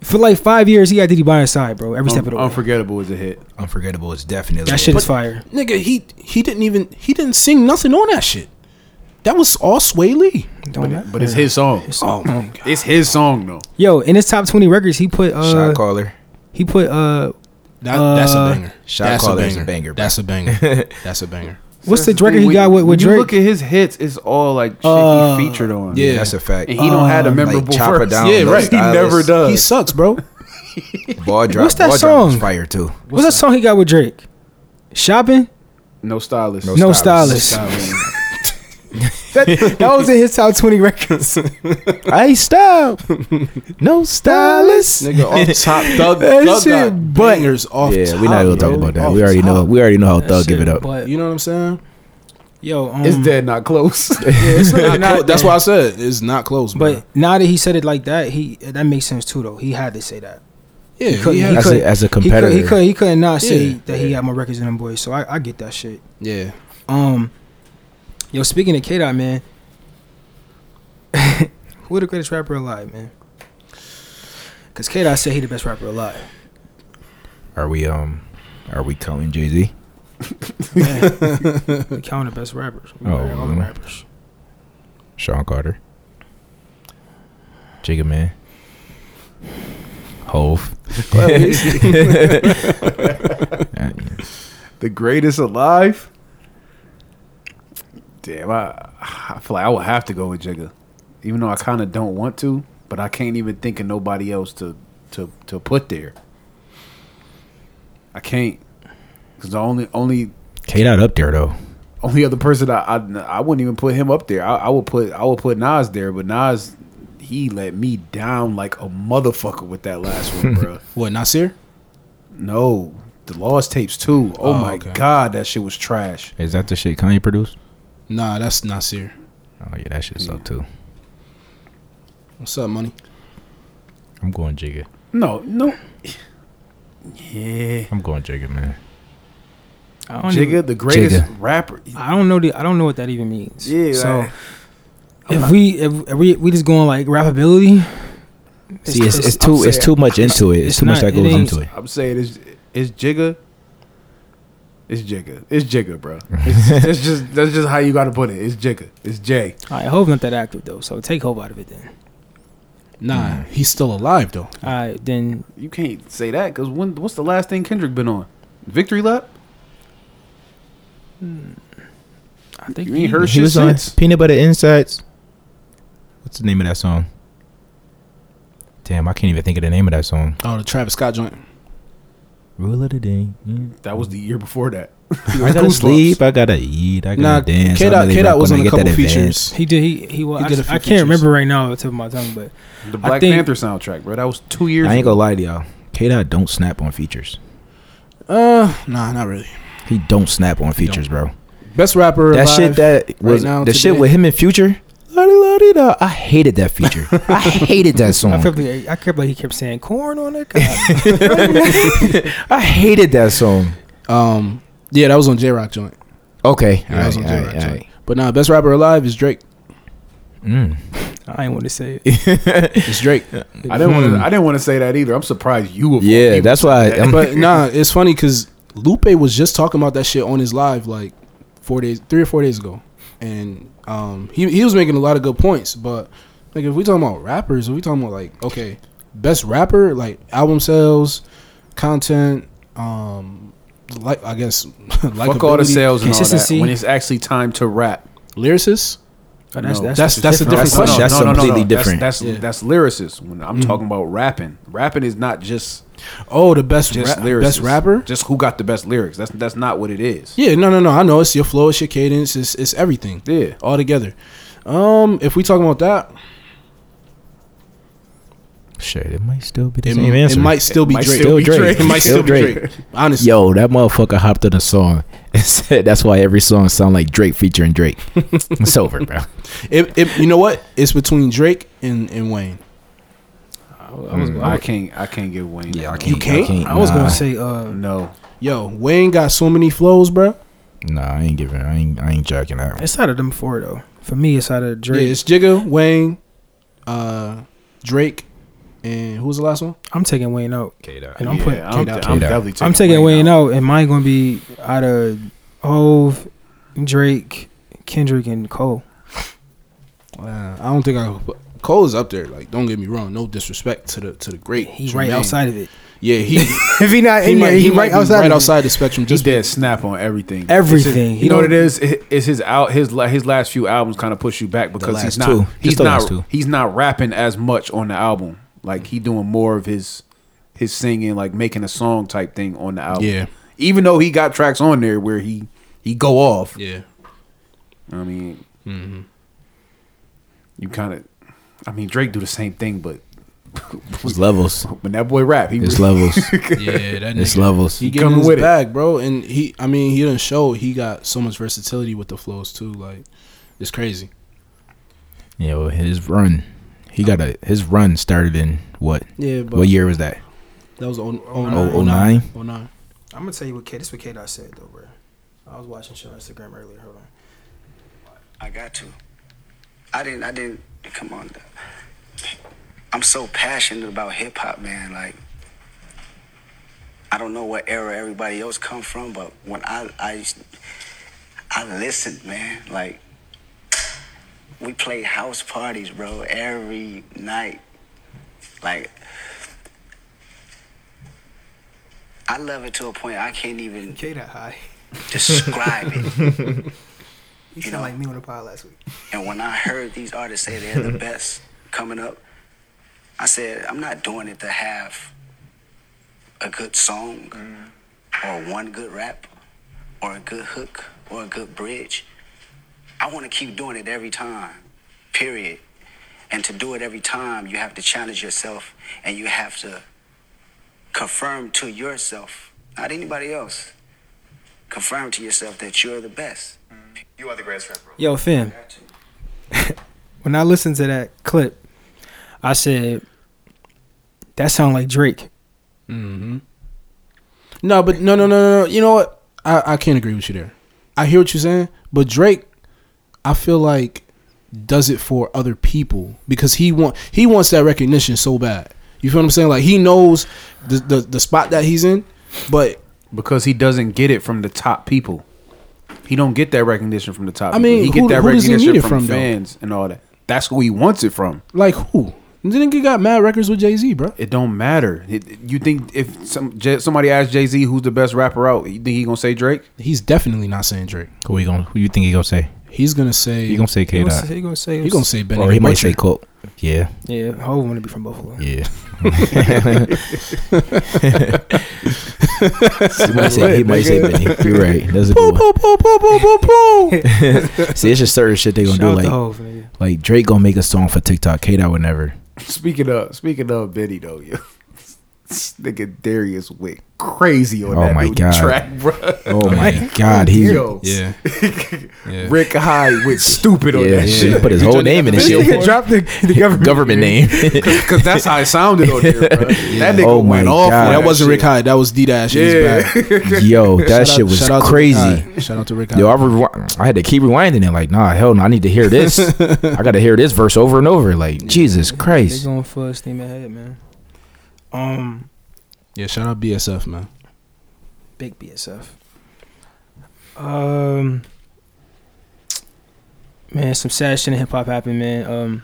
for like five years, he got Diddy by his side, bro. Every step of the way. Unforgettable is a hit. Unforgettable is definitely that shit is But- fire. nigga, he he didn't even he didn't sing nothing on that shit. That was all Sway Lee. Don't matter. But it's his song. Oh Mm, my god. It's his song though. Yo, in his top 20 records, he put shot uh caller. he put uh That, that's a Uh, banger. Shot that's caller is a banger, bro. That's a <laughs> banger. that's a banger. what's the That's record thing, he when- got with with when You Drake? look at his hits; it's all like shit Uh, he featured on. Yeah. That's a fact. and he don't have a memorable Um, like chopper verse. down. Yeah, no right. he never stylist. He <laughs> does. sucks, bro. Ball drop. What's that ball drop was song? fire too. What's that song he got with Drake? Shopping? no stylist. No No Stylist. stylist. <laughs> <laughs> that, that was in his top 20 records. I stop. No stylist. Nigga, off top, Thug, That Thug shit got bangers off yeah, top. we're not bro. gonna talk about that. Off We already top. know. We already know how Thug give it up. But, You know what I'm saying? yo, um, It's dead, <laughs> not close. it's not- Not close. not That's that. why I said it's not close, bro. But now that he said it like that, he that makes sense too. Though he had to say that. yeah, he could- he had, As could- a, as a He could, competitor, he could he could not say Yeah. that he had more records than them boys. So I, I get that shit. yeah. Um, yo, speaking of K Dot, man, <laughs> who the greatest rapper alive, man? Cause K Dot said he the best rapper alive. are we um, are we counting Jay Z? Man, we count the best rappers. We Oh, oh, all the really? rappers. Sean Carter, Jigga Man, Hove. <laughs> the greatest alive. Damn, I I feel like I would have to go with Jigga, even though I kind of don't want to, but I can't even think of nobody else to to to put there. I can't, because the only only K Dot up there though. only other person I, I I wouldn't even put him up there. I, I would put I would put Nas there, but Nas he let me down like a motherfucker with that last one, bro. What Nasir? No, the Lost Tapes too. Oh, Oh, my okay. god, that shit was trash. Is that the shit Kanye produced? Nah, that's Nasir. Oh yeah, that shit sucked too. What's up, money? I'm going Jigga. No, no. Yeah, I'm going Jigga man. I don't, even, Jigga, the greatest Jigga. rapper. I don't know. The, I don't know what that even means. Yeah, So like- if we if, if we we just going like rappability, See, it's, it's, it's- too I'm it's saying- too much into it. It's, it's too much not- that it goes ain't- into it. I'm saying it's it's Jigga. It's Jigga. It's Jigga, bro. It's, it's just that's just how you got to put it. It's Jigga. It's Jay. All right, Hove not that active though, so take Hove out of it then. Nah, he's still alive though. All right, then You can't say that because when what's the last thing Kendrick been on? Victory lap. I think You ain't he- heard He shit was on since. Peanut Butter Insides. What's the name of that song? Damn, I can't even think of the name of that song. Oh, the Travis Scott <laughs> joint. Rule of the day. That was the year before that. I gotta Goosebumps. sleep. I gotta eat. I gotta Nah, dance. K I know Dot they K not Dot was gonna on a get that couple advance. features. He did. He he. Well, He I, did a I few can't features. remember right now off the tip of my tongue, but The Black think- Panther soundtrack, bro. That was two years. I ain't ago. gonna lie to y'all. K Dot don't snap on features. Uh, nah, not really. He don't snap on features, bro. Best rapper. That alive. shit that was now, the shit today. with him and Future. la-di-la-di-da, I hated that <laughs> feature. I hated that I song. kept like, I kept like he kept saying corn on it. <laughs> God. I hated that song. Um, yeah, that was on J Rock joint. Okay, Yeah, that was on J alright, alright, Rock joint. But nah, best rapper alive is Drake. alright. I ain't want to say <laughs> it. It's <laughs> Drake. I didn't want to. I didn't want to say that either. I'm surprised you. Mm. Of all Yeah, people that's why. said that. I'm, but nah, it's funny because Lupe was just talking about that shit on his live like four days, three or four days ago, and um, he he was making a lot of good points. But like, if we talking about rappers, if we talking about like okay, best rapper like album sales, content, um, like I guess <laughs> like Fuck all the sales and all that. Consistency. When it's actually time to rap, lyricist. Oh, that's, No, That's that's a different That's- question. that's completely different. That's that's, Yeah. that's lyricist. When I'm talking about rapping, rapping is not just oh, the best just ra- lyricist. best rapper. just who got the best lyrics. That's that's not what it is. Yeah, no, no, no. I know it's your flow, it's your cadence, it's it's everything. Yeah. all together. Um, if we talking about that, <laughs> Shit, it might still be the it, same it answer. might still be might Drake. still be Drake. <laughs> It might still be Drake. Drake. Honestly, <laughs> Yo, that motherfucker hopped on a song <laughs> and said that's why every song sound like Drake featuring <laughs> Drake. it's over, bro. it, it, you know what? It's between Drake and, and Wayne. I, was, I can't. I can't get Wayne. that. You can't? I was nah, gonna say uh, No. Yo, Wayne got so many flows, bro. Nah, I ain't giving. I ain't. I ain't jacking that. one. it's out of them four though. For me, it's out of Drake. Yeah, it's Jigga, Wayne, uh, Drake, and who was the last one? I'm taking Wayne out, and I'm yeah, putting. I'm, K-Dot. I'm K-Dot. definitely taking. I'm taking Wayne Wayne out. and mine gonna be out of Hove, Drake, Kendrick, and Cole. Uh, I don't think I could put Cole's up there. Like, don't get me wrong. No disrespect to the to the great. He's Jermaine. right outside of it. Yeah, he <laughs> if he not he, in might, there, he he, might right be outside. right of it. outside the spectrum. He Just did snap on everything. Everything. It's- He you know what it don't- is? It- It's his out. His la- his last few albums kind of push you back because last he's not. two. Just He's the last not. two. He's not rapping as much on the album. Like he doing more of his his singing, like making a song type thing on the album. Yeah. Even though he got tracks on there where he he go off. <laughs> yeah. I mean, Mm-hmm. you kind of. I mean, Drake do the same thing, but It's levels. when that boy rap, he It's <laughs> really- levels. Yeah, that It's nigga. levels. He coming getting his with it. bag, bro. And he, I mean, he didn't show. He got so much versatility with the flows too. Like, it's crazy. Yo, his run. He got a. His run started in what? Yeah, What year was that? that was on Oh, oh nine? Oh nine. I'm gonna tell you what K. This is what K. Dot said though, bro. I was watching shit on Instagram earlier. Hold on. I got to. I didn't. I didn't. Come on. I'm so passionate about hip hop, man. Like, I don't know what era everybody else come from, but when I I used- I listened, man. Like, we played house parties, bro, every night. Like, I love it to a point I can't even K. Dot <laughs> high. describe it. He sound like me on the pod last week. And when I heard these artists say they're the best coming up, I said, I'm not doing it to have a good song or one good rap or a good hook or a good bridge. I want to keep doing it every time, period. And to do it every time, you have to challenge yourself and you have to confirm to yourself, not anybody else, confirm to yourself that you're the best. Mm. You are the greatest rapper. Yo, Finn. when I listened to that clip, I said, "That sound like Drake." Mm-hmm. No, but no, no, no, no. You know what? I, I can't agree with you there. I hear what you're saying, but Drake, I feel like does it for other people because he want he wants that recognition so bad. You feel what I'm saying? Like he knows the the, the spot that he's in, but because he doesn't get it from the top people. He don't get that recognition from the top. I people. mean, he get who- that who does he recognition need it from, from, though? fans and all that. That's who he wants it from. like who? Didn't he got mad records with Jay Z, bro? It don't matter. It- you think if some J- somebody asked Jay Z who's the best rapper out, you think he gonna say Drake? He's definitely not saying Drake. Who you gonna? Who you think he gonna say? He's gonna say He gonna say He K gonna, say, Dot, he gonna say, he gonna say Benny. or he might say Butcher. Colt. Yeah, yeah, Hov wanna be from Buffalo. yeah. he might say, he might say Benny. You're right. That's a good one. <laughs> See, it's just certain shit they gonna Shout out do. to Like, Hov, nigga. like Drake gonna make a song for TikTok. K Dot would never. <laughs> Speaking of speaking of Benny though, yo, this nigga Darius went crazy on Oh that my dude God. track, bro. Oh my God, he. Yeah, Yo, <laughs> Yeah, yeah. Rick High went stupid on yeah. that shit. He put <laughs> his whole name in and This shit. <laughs> nigga dropped the, the government, Government name. <laughs> <laughs> because that's how it sounded on there. Bro. That nigga Oh my went off. God. on That that wasn't shit. Rick Hyde. That was D Dash. Yeah. Yeah, Yo, that shit was crazy. Shout out to Rick Hyde. Yo, I, rewi- I had to keep rewinding it. Like, nah, hell no, I need to hear <laughs> this. I got to hear this verse over and over. Like, Jesus They Christ. going full steam ahead, man. Um, yeah, shout out BSF man. big BSF. Um, man, some sad shit in hip hop happened, man. Um,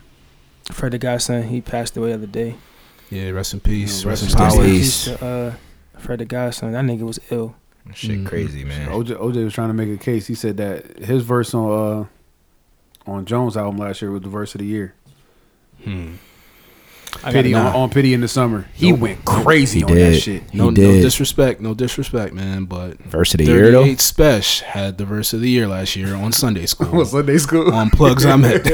Fred the Godson, he passed away the other day. Yeah, rest in peace. Yeah, rest, rest in in power. peace. to, uh, Fred the Godson, that nigga was ill. Shit crazy, man. OJ, OJ was trying to make a case. He said that his verse Hmm. on uh, on Jones' album last year was the verse of the year. I Pity gotta- on, on Pity in the summer. He went crazy He on did. that shit. <laughs> He No, no did. disrespect, no disrespect, man. But Verse of the year, though? 38 Spesh had the verse of the year last year on Sunday school. On Sunday school. on plugs I'm at.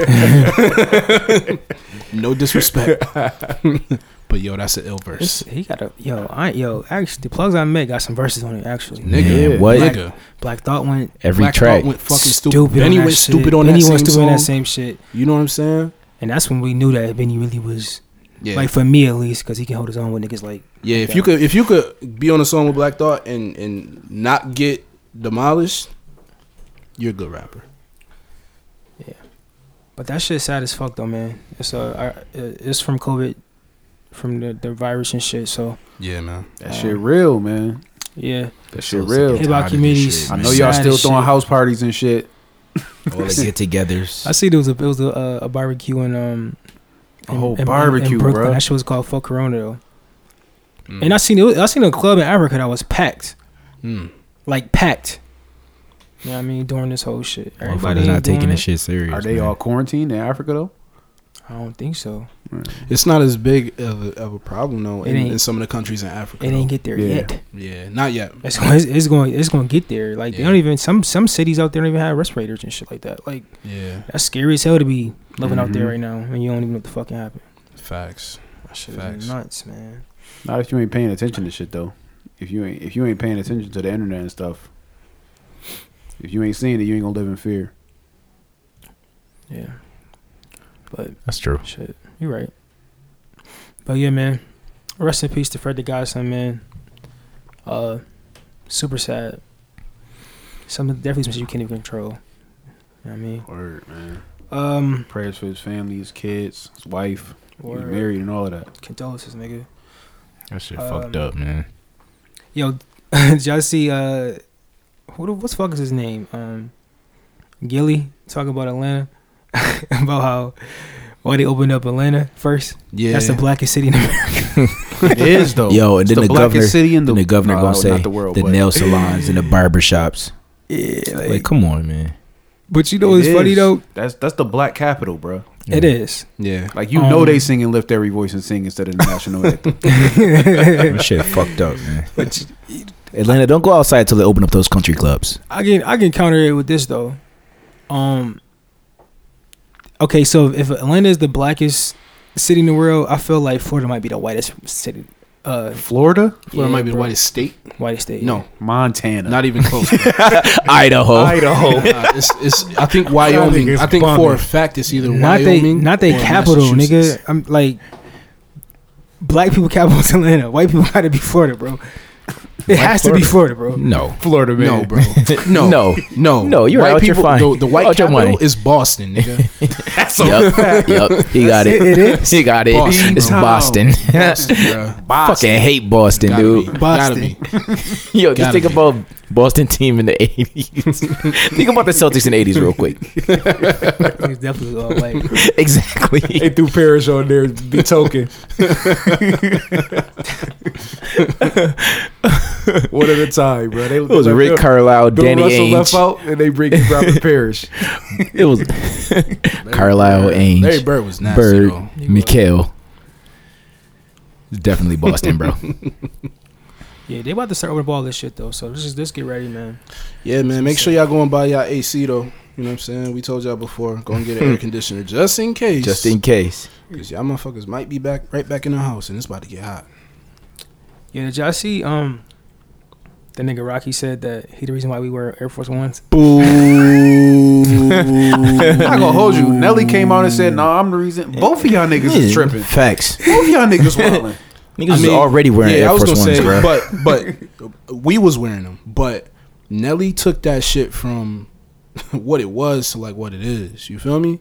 no disrespect, but yo, that's an ill It's- verse. he got a yo. I yo. Actually, the plugs I met got some verses on it. Actually, Nigga, Yeah, what? Nigga, Black Thought went Every Black track. Thought went fucking stupid. stupid. Benny on that went shit. stupid on that Benny same went stupid on song. that same shit, You know what I'm saying? and that's when we knew that Benny really was Yeah, like for me at least because he can hold his own with niggas like yeah. If Okay. you could, if you could be on a song with Black Thought and and not get demolished, you're a good rapper. But that shit sad as fuck though, man. It's uh, I, it's from COVID, from the, the virus and shit. So Yeah, man. That shit real, man. yeah, That shit real. Hip Hop Communities. I man. know y'all Sad still as throwing shit. house parties and shit. All the get-togethers. I see there was a it was a, uh, a barbecue in um A whole barbecue, Brooklyn. bruh. Mm. That shit was called Fuck Corona though. Mm. And I seen it was- I seen a club in Africa that was packed, Mm. like packed. You know what I mean? During this whole shit, Everybody's ain't not doing taking it. this shit serious. Are they man. all quarantined in Africa though? I don't think so. It's not as big of a, of a problem though It in, ain't- in some of the countries in Africa. It ain't though. get there Yeah. yet. yeah, not yet. It's, gonna- it's, it's going it's going to get there. Like they Yeah. don't even some some cities out there don't even have respirators and shit like that. Like Yeah, that's scary as hell to be living out there Mhm. right now and you don't even know what the fuck happened. facts. That shit Facts. is nuts, man. Not if you ain't paying attention to shit though. If you ain't if you ain't paying attention to the internet and stuff. If you ain't seeing it, you ain't gonna live in fear. Yeah. But That's true. shit, you're right. But yeah, man. Rest in peace to Fred the Godson, man. Uh, super sad. Something definitely something you can't even control. You know what I mean? Word, man. Um, Prayers for his family, his kids, his wife, or he's married and all of that. condolences, nigga. That shit Um, fucked up, man. Yo, <laughs> did y'all see uh, who the what the fuck is his name? Um, Gilly talking about Atlanta, <laughs> about how why they opened up Atlanta first. Yeah, That's the blackest city in America. <laughs> it is though. Yo, and It's then the blackest governor- city in And the governor no, gonna not say the, world, the but- nail salons and the barber shops. Yeah, Like, come on, man. But you know It what's funny is. though? That's that's the black capital, bro. It is. yeah. Like you know Um, they sing and lift every voice and sing instead of the <laughs> national anthem. That shit fucked up, <laughs> man. Atlanta, don't go outside till they open up those country clubs. I can I can counter it with this though. Um. Okay, so if Atlanta is the blackest city in the world, I feel like Florida might be the whitest city. Uh, Florida, yeah, Florida might be the bro. whitest state. whitest state. No, Montana, not even <laughs> close. Idaho. <laughs> Idaho. Nah, it's, it's, I think Wyoming. is I think for bumming. a fact it's either not they Wyoming. not they or capital, nigga. Massachusetts. I'm like, black people capital is <laughs> Atlanta. White people got to be Florida, bro. It has to be Florida, bro. No. Florida, man. <laughs> No, bro. No, <laughs> No. no, No, you're out your people, fine. The, the white Out your capital money. is Boston, <laughs> nigga. That's a Yep. yep. He got it. It is. <laughs> He got it. Boston, it's bro. Boston. Boston, bruh. <laughs> Fucking hate Boston, Gotta dude. be. Gotta be. <laughs> Yo, just Gotta think be. about Boston team in the <laughs> 80s. think about the Celtics in the 80s real <laughs> quick. <laughs> It's definitely uh, all white. exactly. <laughs> threw Parrish on there, be <laughs> token. One at a time, bro. They, It was Rick Carlisle, Danny Ainge. out, and they bring in Robert Parrish. It <laughs> was Carlisle, Larry Ainge, Bird was nasty, Bird, though. Mikhail. Definitely Boston, bro. Yeah, they about to start with all this shit though. So this is this get ready, man. Yeah, man. Make sure y'all go and buy y'all AC, though. You know what I'm saying? We told y'all before. Go and get an air conditioner just in case. <laughs> Hmm. Just in case. Because y'all motherfuckers might be back right back in the house and it's about to get hot. Yeah, did y'all see um the nigga Rocky said that he the reason why we wear Air Force Ones? <laughs> I'm not gonna hold you. Nelly came out and said, "No, nah, I'm the reason." Both of y'all niggas is tripping. Facts. Both of y'all niggas <laughs> wilding. Niggas is already wearing Air Force Ones, bro. but but <laughs> we was wearing them. But Nelly took that shit from <laughs> what it was to like what it is. You feel me?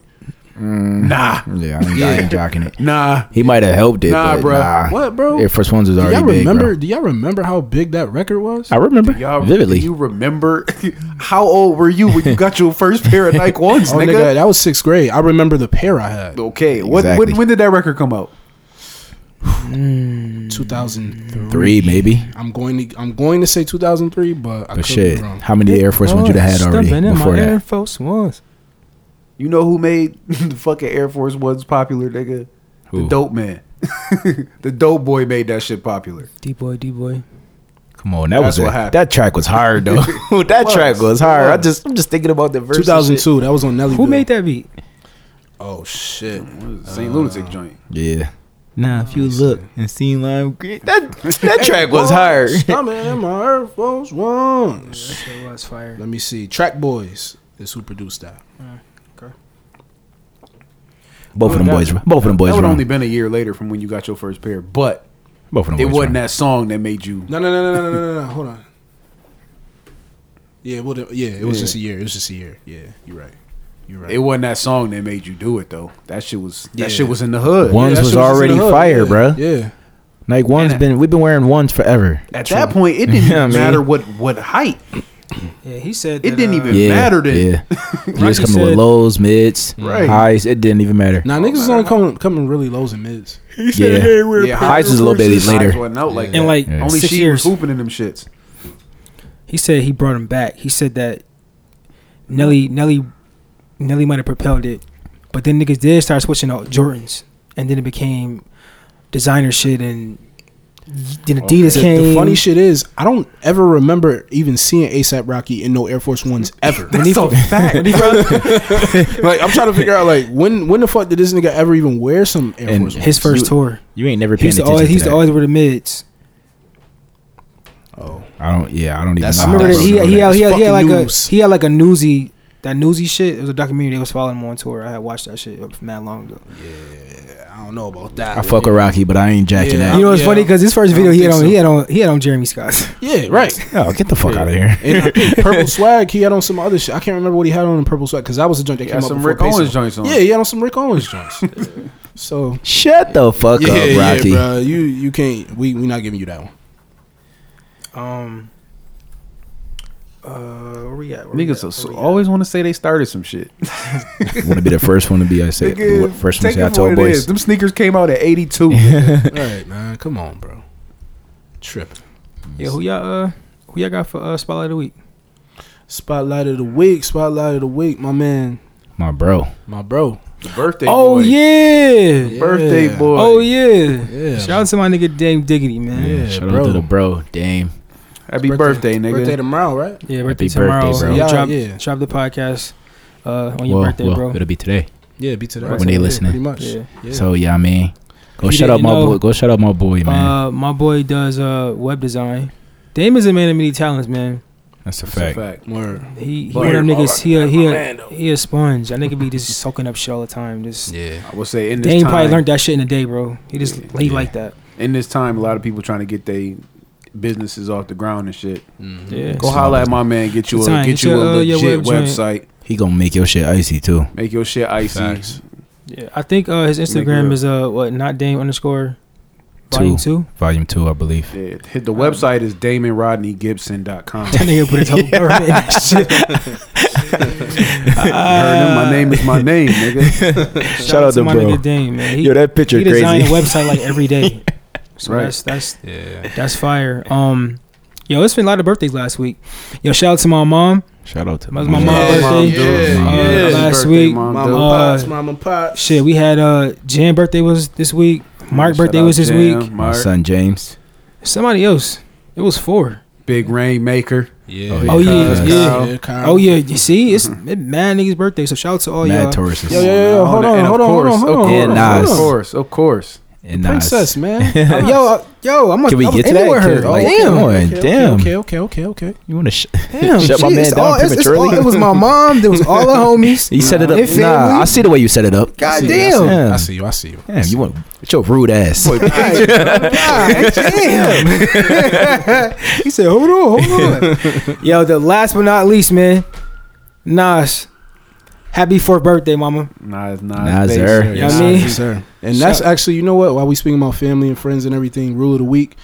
Nah, yeah, I ain't, Yeah. I ain't jocking it. nah. He might have helped it, Nah, but bro. nah. What, bro? Air Force Ones was Do already y'all big, remember? bro. Do y'all remember how big that record was? I remember Y'all vividly. You remember <laughs> how old were you <laughs> when you got your first pair of Nike ones, Oh, nigga. nigga? that was sixth grade. I remember the pair I had. Okay, what, Exactly. when, when did that record come out? Mm. Two thousand three. Three, maybe. I'm going to I'm going to say two thousand three, but I But could shit, be wrong. how many Air Force Ones you'd have had already Stumping in before my that? Air Force Ones. <laughs> You know who made the fucking Air Force Ones popular, nigga? Who? The dope man. <laughs> the dope boy made that shit popular. D boy, D boy. Come on, that That's was what a, happened. that track was hard <laughs> though. that was, track was it hard. I was. just I'm just thinking about the verse. 2002. That was on Nelly. Who made that beat? Oh shit. Uh, St. Lunatic joint. Yeah. Nah, if you look and see lime green, that that track was hard. <laughs> Stomach in my heart falls once. It was fire. Let me see. Track Boys is who produced that. Both of them boys, both of them boys That would wrong. only been a year later from when you got your first pair, but both of them it boys wasn't wrong. that song that made you. No, no, no, no, no, no, no, no. Hold on. Yeah, well, yeah, it was just a year. It was just a year. Yeah, you're right. You're right. It wasn't that song that made you do it though. That shit was. That Yeah. shit was in the hood. Ones Yeah, that was shit just in already the hood. fire, yeah, bruh. Yeah. Like one's And- been, we've been wearing ones forever. At that point, it <laughs> didn't Yeah, even man. matter what what height. Yeah, he said It that, didn't uh, even- It mattered it. Yeah, you was Rocky coming with said- lows, mids, Right. highs. It didn't even matter. oh, Now niggas is only coming coming really lows and mids. yeah, Yeah, highs was a little bit Highs later. wasn't out like In that. like Yeah. only six she years. was hooping in them shits. He said he brought him back. He said that Nelly, Nelly, Nelly might have propelled it, but then niggas did start switching out Jordans, and then it became designer shit, and then Adidas Oh, The, came. the funny shit is, I don't ever remember even seeing ASAP Rocky in no Air Force Ones <laughs> ever. That's a fact. like I'm trying to figure out like when when the fuck did this nigga ever even wear some Air And Force Ones? His first You- tour. You ain't never He paying used to attention always he to used to that. always wear the mids. I don't. Yeah, I don't even. That's- know I how remember that that he he goes on had, he had, he had like fucking a news. he had like a newsy that newsy shit. It was a documentary that was following him on tour. I had watched that shit mad long ago. I don't know about that. I fuck with Rocky, but I ain't jacking Yeah. that. you know what's yeah, funny? Because his first I video don't he had on think he had on he had on Jeremy Scott's. Yeah, right. Oh, get the fuck out of here. And <laughs> I think purple swag. He had on some other shit. I can't remember what he had on in purple swag because that was a joint that He came had up some before Rick Owens Peso. joints on. Yeah, he had on some Rick <laughs> Owens joints. so Shut the fuck yeah, up, Rocky. yeah, bro. You you can't. We we not giving you <laughs> that one. Um. Uh, where we at? Where we Niggas at? so- Where we at? always want to say they started some shit. Want to be the first one to be? I say the Nigga, first one to <laughs> take say I it for what told it is. boys. Them sneakers came out at 82. All right, man. Come on, bro. Trip. Yeah, who y'all uh who y'all got for uh spotlight of the week? Spotlight of the week. Spotlight of the week. My man. My bro. My bro. The <laughs> birthday oh boy. yeah. Birthday Yeah. boy. Oh yeah. Yeah. Shout out to my nigga Dame Diggity, man. Yeah, Shout out bro. to the bro. Damn. Happy birthday, nigga. Birthday tomorrow, right? Yeah, birthday Happy tomorrow. birthday, bro. Yeah, drop, Yeah. drop the podcast uh, on your birthday, well, bro. It'll be today. Yeah, be to that. When they Yeah, listening. Pretty much. Yeah. Yeah. So yeah, I mean, go If you shout out didn't my know- boy. Go shout out my boy, man. Uh, my boy does uh, web design. Dame is a man of many talents, man. That's a That's a fact. fact. Word. He he But- one of them niggas. He a, he a, he a sponge. That nigga be just soaking up shit all the time. Just Yeah. I would say in this Dame time, probably learned that shit in a day, bro. He just he Yeah. like that. in this time, a lot of people trying to get their businesses off the ground and shit. Mm-hmm. Yeah. Go holla at my man. Get you a Time, get get you your, a uh, your legit web website. He gonna make your shit icy too. Make your shit icy. Facts. Yeah, I think uh, his it Instagram real. is uh what not Dame underscore volume two. Volume two, I believe. Yeah, hit the website is DamonRodneyGibson.com. That nigga put his whole government in that shit. Heard him? My name is Uh, <laughs> my name, nigga. Uh, Shout, out to my bro. nigga Dame, man. He, that picture he designed a website like every <laughs> day. So Right. that's that's Yeah. that's fire. Um, yo, it's been a lot of birthdays last week. Yo, shout out to my mom. Shout out to That was my my man. mom's Mom, birthday. dude. Uh, Yeah. Last Birthday, week, Mom. Mama Uh, pots. Mama pots. shit, we had uh Jan birthday was this week. Mark Shout birthday out was this Jam, week. My Mark, son James. Somebody else. It was four. Big Rainmaker. Yeah. Oh, yeah, Cuz, yeah. Cuz, Cuz. Oh yeah, you see, it's it mad niggas' birthday. So shout out to all Uh-huh. Mad y'all. Tauruses. Yo, yo, yo, yo, hold on, And of hold on, hold on, course, hold of on, course, hold And on. Nas. Of course, of course. and Nas. Princess, man. <laughs> Uh, yo, yo, I'm gonna. Can we I'm get to ending that? with her. 'Cause, like, damn, come on, Okay, okay, damn. Okay, okay, okay, okay. You want to sh- damn. shut my shit, man it's down all- it's- it's all- prematurely? it was my mom. There was all the <laughs> homies. You set it up. Their family. Nah, I see the way you set it up. God I see you, damn. I see you. I see you. I see you. Damn, you want with your rude ass. God damn. <laughs> he said, hold on, <laughs> hold on. Yo, the last but not least, man, Nas. Happy fourth birthday, mama. Nas, Nas, Nas, sir. Bass, You sir. know what Yes, I mean? yes, sir. And that's actually, you know what? While we speaking about family and friends and everything, rule of the week.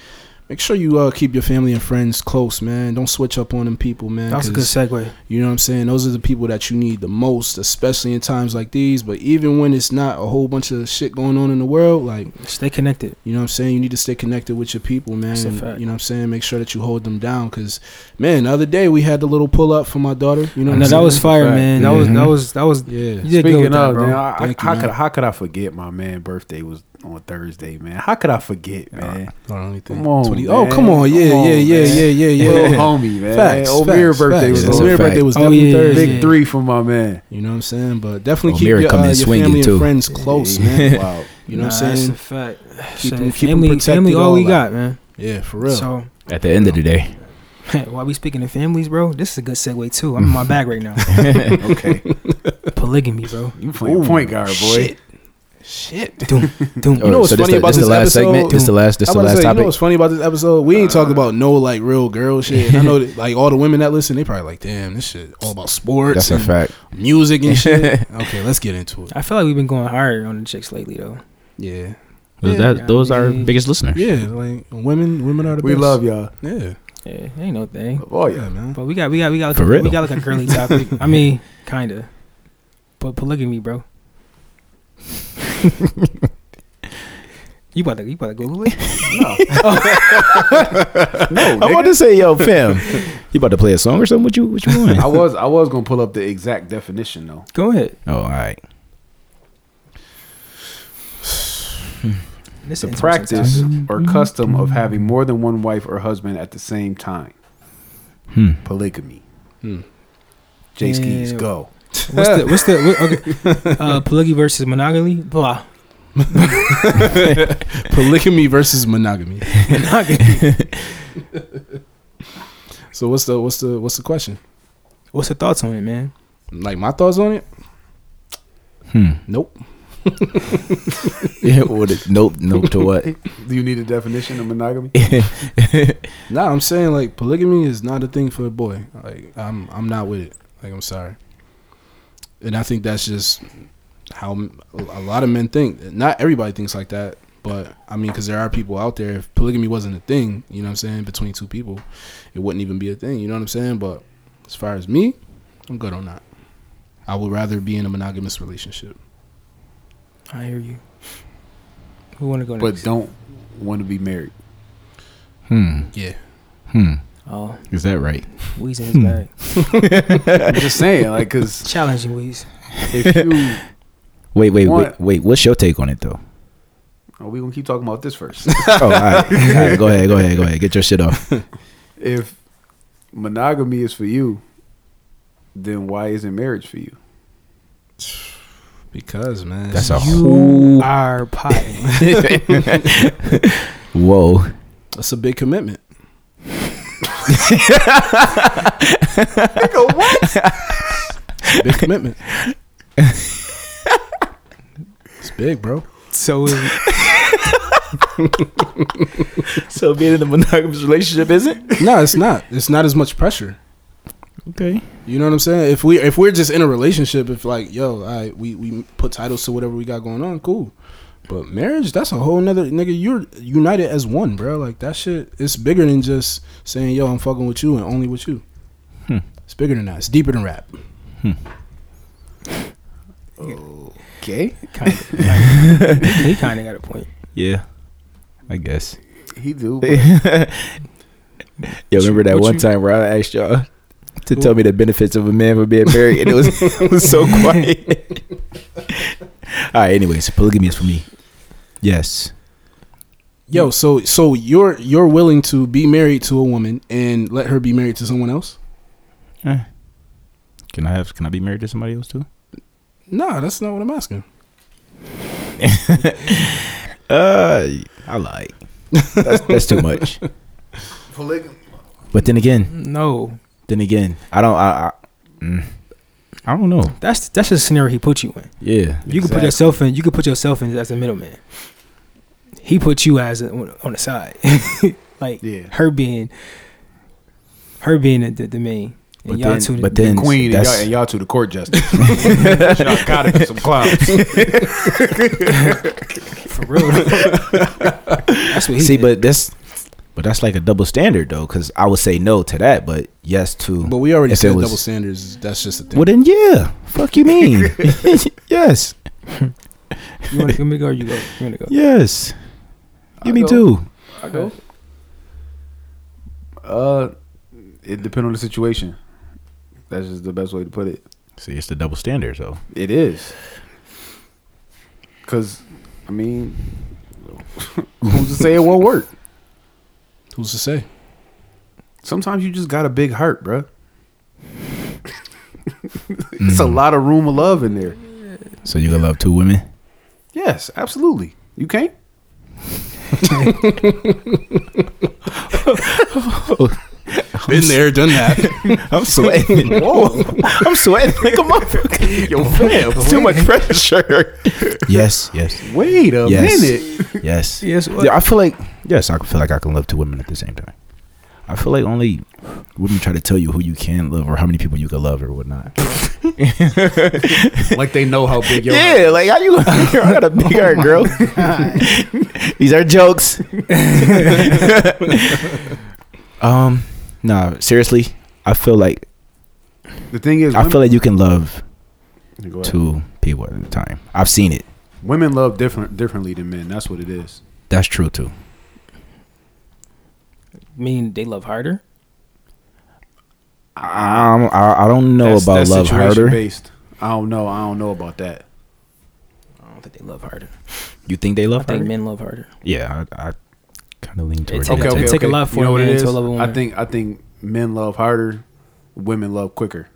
Make sure you uh, keep your family and friends close, man. Don't switch up on them people, man. That was a good 'cause segue. You know what I'm saying? Those are the people that you need the most, especially in times like these. But even when it's not a whole bunch of shit going on in the world, like Stay connected. you know what I'm saying? You need to stay connected with your people, man. That's a And, fact. You know what I'm saying? Make sure that you hold them down because, man, the other day we had the little pull up for my daughter. You know what No, I'm that saying? was fire, Fact. man. Mm-hmm. That was that was that was. Yeah. You did good Speaking with that, of, bro. man, I, Thank you, how man. could how could I forget my man birthday was on Thursday, man. How could I forget, man? Hold on, let me think. Come on, 20 man. Oh, come on. Yeah, Come yeah, on, yeah, man. yeah, <laughs> yeah, yeah, Little yeah. homie, man. Facts. Omir's facts, birthday facts. was That's a Omir's fact. birthday was Oh, definitely yeah, yeah, Thursday. big yeah. three for <laughs> my man. You know what I'm saying? But definitely Oh, keep Mary your, come uh, in your swinging, family too. and friends close, man. wow. You know what Nah, I'm that's saying? a fact. Keep Shit, 'em- keep 'em family, protected family, all all we out. got, man. Yeah, for real. So At the end of the day, <laughs> while we speaking of families, bro, this is a good segue too. I'm in my bag right now. Okay. Polygamy, bro. You playing point guard, boy. Shit. Shit. Doom, doom. know Oh, what's so this funny the- about this this the last episode? segment. This the last. This I'm the about to last say, you know topic. what's funny about this episode? We ain't talking about no like real girl shit. I know that like all the women that listen, they probably like, damn, this shit all about sports, That's a and fact. music and shit. okay, let's get into it. I feel like we've been going hard on the chicks lately, though. Yeah, Those- Yeah, that- those are our yeah. biggest listeners. yeah, like women, women are the We best. love y'all. Oh, Yeah, Yeah, ain't no thing. Love all <laughs> yeah, y'all. man. But we got, we got, we got, like For a, real? we got like a girly topic. I mean, kinda. But polygamy, bro. you about to, you about to Google it? <laughs> No, I'm about to say, yo, fam, <laughs> you about to play a song or something? What you what <laughs> you want? I was I was gonna pull up the exact definition though. Go ahead. oh, all right. This The is practice or custom of having more than one wife or husband at the same time. Hmm. Polygamy. J skis Yeah. go. What's the what's the what, okay? Uh, polygamy versus monogamy. Blah. Polygamy versus monogamy. Monogamy. <laughs> So what's the what's the what's the question? what's your thoughts on it, man? Like my thoughts on it? Hmm. Nope. Yeah, what it- nope, nope to <laughs> what? Do you need a definition of monogamy? Nah, I'm saying like polygamy is not a thing for a boy. Like I'm I'm not with it. Like I'm sorry. And I think that's just how m- a lot of men think. Not everybody thinks like that, but I mean cuz there are people out there if polygamy wasn't a thing, you know what I'm saying, between two people, it wouldn't even be a thing, you know what I'm saying? But as far as me, I'm good on that. I would rather be in a monogamous relationship. I hear you. Who want to go But next? don't want to be married. Hmm. Yeah. Hmm. oh, Is that right? Weez in Hmm. his bag. I'm just saying, like, cause Challenging Weez. <laughs> if you Wait, wait, wait, What? wait. What's your take on it though? are oh, we gonna keep talking about this first? Oh, all <laughs> right. All right, go ahead, go ahead, go ahead. Get your shit off. if monogamy is for you, then why isn't marriage for you? Because man, That's that's a You whole. are <laughs> potting. Whoa. that's a big commitment. Big commitment. <laughs> it's big, bro. so is- So being in a monogamous relationship isn't No, it's not. It's not as much pressure. okay. You know what I'm saying? If we if we're just in a relationship, if like yo, I we we put titles to whatever we got going on, cool. But marriage, that's a whole nother nigga. You're united as one, bro. Like that shit. It's bigger than just saying yo, I'm fucking with you and only with you. Hmm. It's bigger than that. It's deeper than rap. Okay, kind of, he kind of got a point. Yeah, I guess. he do. but Yo, remember that what one you- time where I asked y'all to tell me the benefits of a man for being married, and it <laughs> was <laughs> it was so quiet. <laughs> All right. Anyways, polygamy is for me. Yes. Yo, so so you're you're willing to be married to a woman and let her be married to someone else? Can I have? Can I be married to somebody else too? Nah, that's not what I'm asking. Uh, I like. That's, that's too much. Polygamy. But then again, No, then again, I don't. I. I, mm, I don't know. that's that's just the scenario he put you in. Yeah. You can put yourself in. You can put yourself in as a middleman. He put you as a, on the side, <laughs> like Yeah. her being, her being the, the, the main, and But y'all then- two the- but the then- Queen and y'all, That's- and y'all to the court <laughs> justice. y'all got it for <laughs> some clowns. for <laughs> real. that's what he See, did. but that's. But that's like a double standard though, because I would say no to that, but yes to. But we already If it said was- double standards. That's just a thing. Well then, yeah. Fuck you <laughs> mean? yes, you want me to go? Or you go. You <laughs> want to go? yes. Give I me go- two. I go. Uh, it depends on the situation. That's just the best way to put it. See, it's the double standard, so It is. Cause, I mean, <laughs> Who's to say it won't work? Who's to say? Sometimes you just got a big heart, bruh. <laughs> it's a Mm. lot of room of love in there. So you gonna love two women? Yes, absolutely. You can't. Been <laughs> <laughs> there, done that. I'm sweating. Whoa. I'm sweating like a motherfucker. Yo, fam, too much <laughs> pressure. <laughs> Yes, yes, Wait a Yes. minute. yes. Yes, Yeah, I feel like yes, I feel like I can love two women at the same time. I feel like only women try to tell you who you can love or how many people you can love or whatnot. Like they know how <laughs> big your heart- Yeah, like how you? I got <laughs> a big heart, girl. <laughs> These are jokes. um, nah, seriously, I feel like The thing is, I women, feel like you can love Go ahead. two people at a time. I've seen it. women love different differently than men. That's what it is. That's true too. mean they love harder. I I don't- Um, I, I don't know that's, about that's love situation harder. Based. I don't know. I don't know about that. I don't think they love harder. You think they I love think harder? men love harder. Yeah, I, I kind of lean towards take- that. Okay, okay. take a lot for You know a what it man is? to love a woman. I think I think men love harder, women love quicker.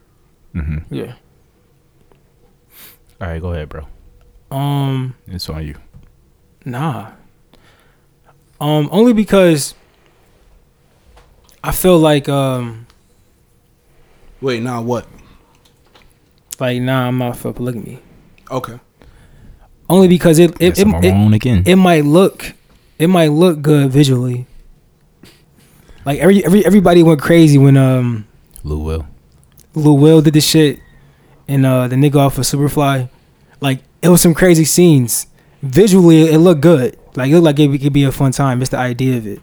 Yeah. Mm-hmm. All right, go ahead, bro. Um. It's on you. Nah. Um, only because I feel like um Wait, now what? like nah I'm not for polygamy. Okay. Only because it it Yes, it, I'm on it, my own again. it might look it might look good visually. Like every every everybody went crazy when um Lou will. Lil Will did this shit and uh the nigga off of Superfly. Like it was some crazy scenes. Visually it looked good. Like it looked like it could be a fun time. It's the idea of it.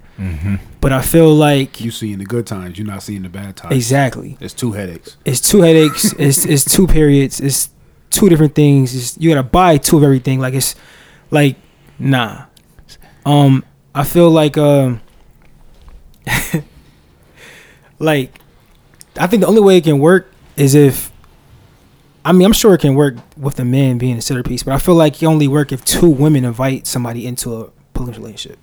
But I feel like You seeing the good times, you're not seeing the bad times. exactly. It's two headaches. it's two <laughs> headaches. it's it's two periods. It's two different things. It's, you gotta buy two of everything. Like it's like nah. Um, I feel like um, <laughs> like I think the only way it can work is if I mean I'm sure it can work with the man being the centerpiece, but I feel like it only work if two women invite somebody into a polyamorous relationship.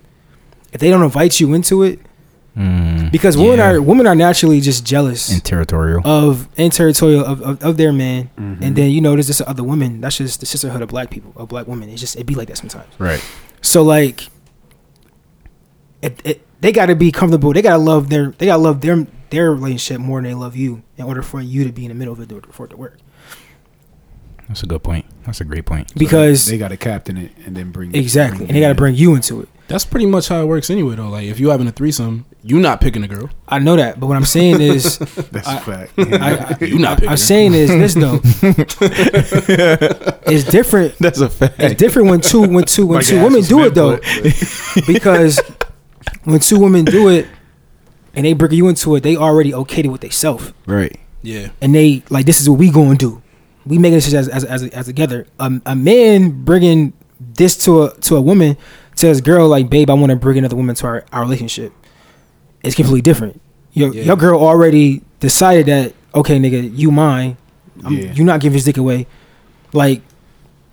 If they don't invite you into it, Mm, because women yeah. are women are naturally just jealous and territorial. of and territorial of, of, of their man Mm-hmm. and then you know there's this other women that's just the sisterhood of black people of black women it's just it be like that sometimes right. so like it, it, they got to be comfortable they got to love their they got to love their their relationship more than they love you in order for you to be in the middle of it in order for it to work That's a good point. That's a great point. because They got to captain it and then bring exactly and they got to bring you into it That's pretty much how it works anyway, though. Like, if you having a threesome, you not picking a girl. i know that but what i'm saying <laughs> is That's a fact. <laughs> I, I, You not picking i'm her. saying is this <laughs> though it's different That's a fact. It's different when two when two when Like two an women actual do it though, spit because when two women do it and they bring you into it, they already okay to with themselves, Right. Yeah. and they like this is what we going to do. We making this shit as as as, as together. Um, a man bringing this to a to a woman to his girl like, babe, I want to bring another woman to our, our relationship. It's completely different. Your Yeah. your girl already decided that okay, nigga, you mine. I'm, Yeah. You not giving his dick away. Like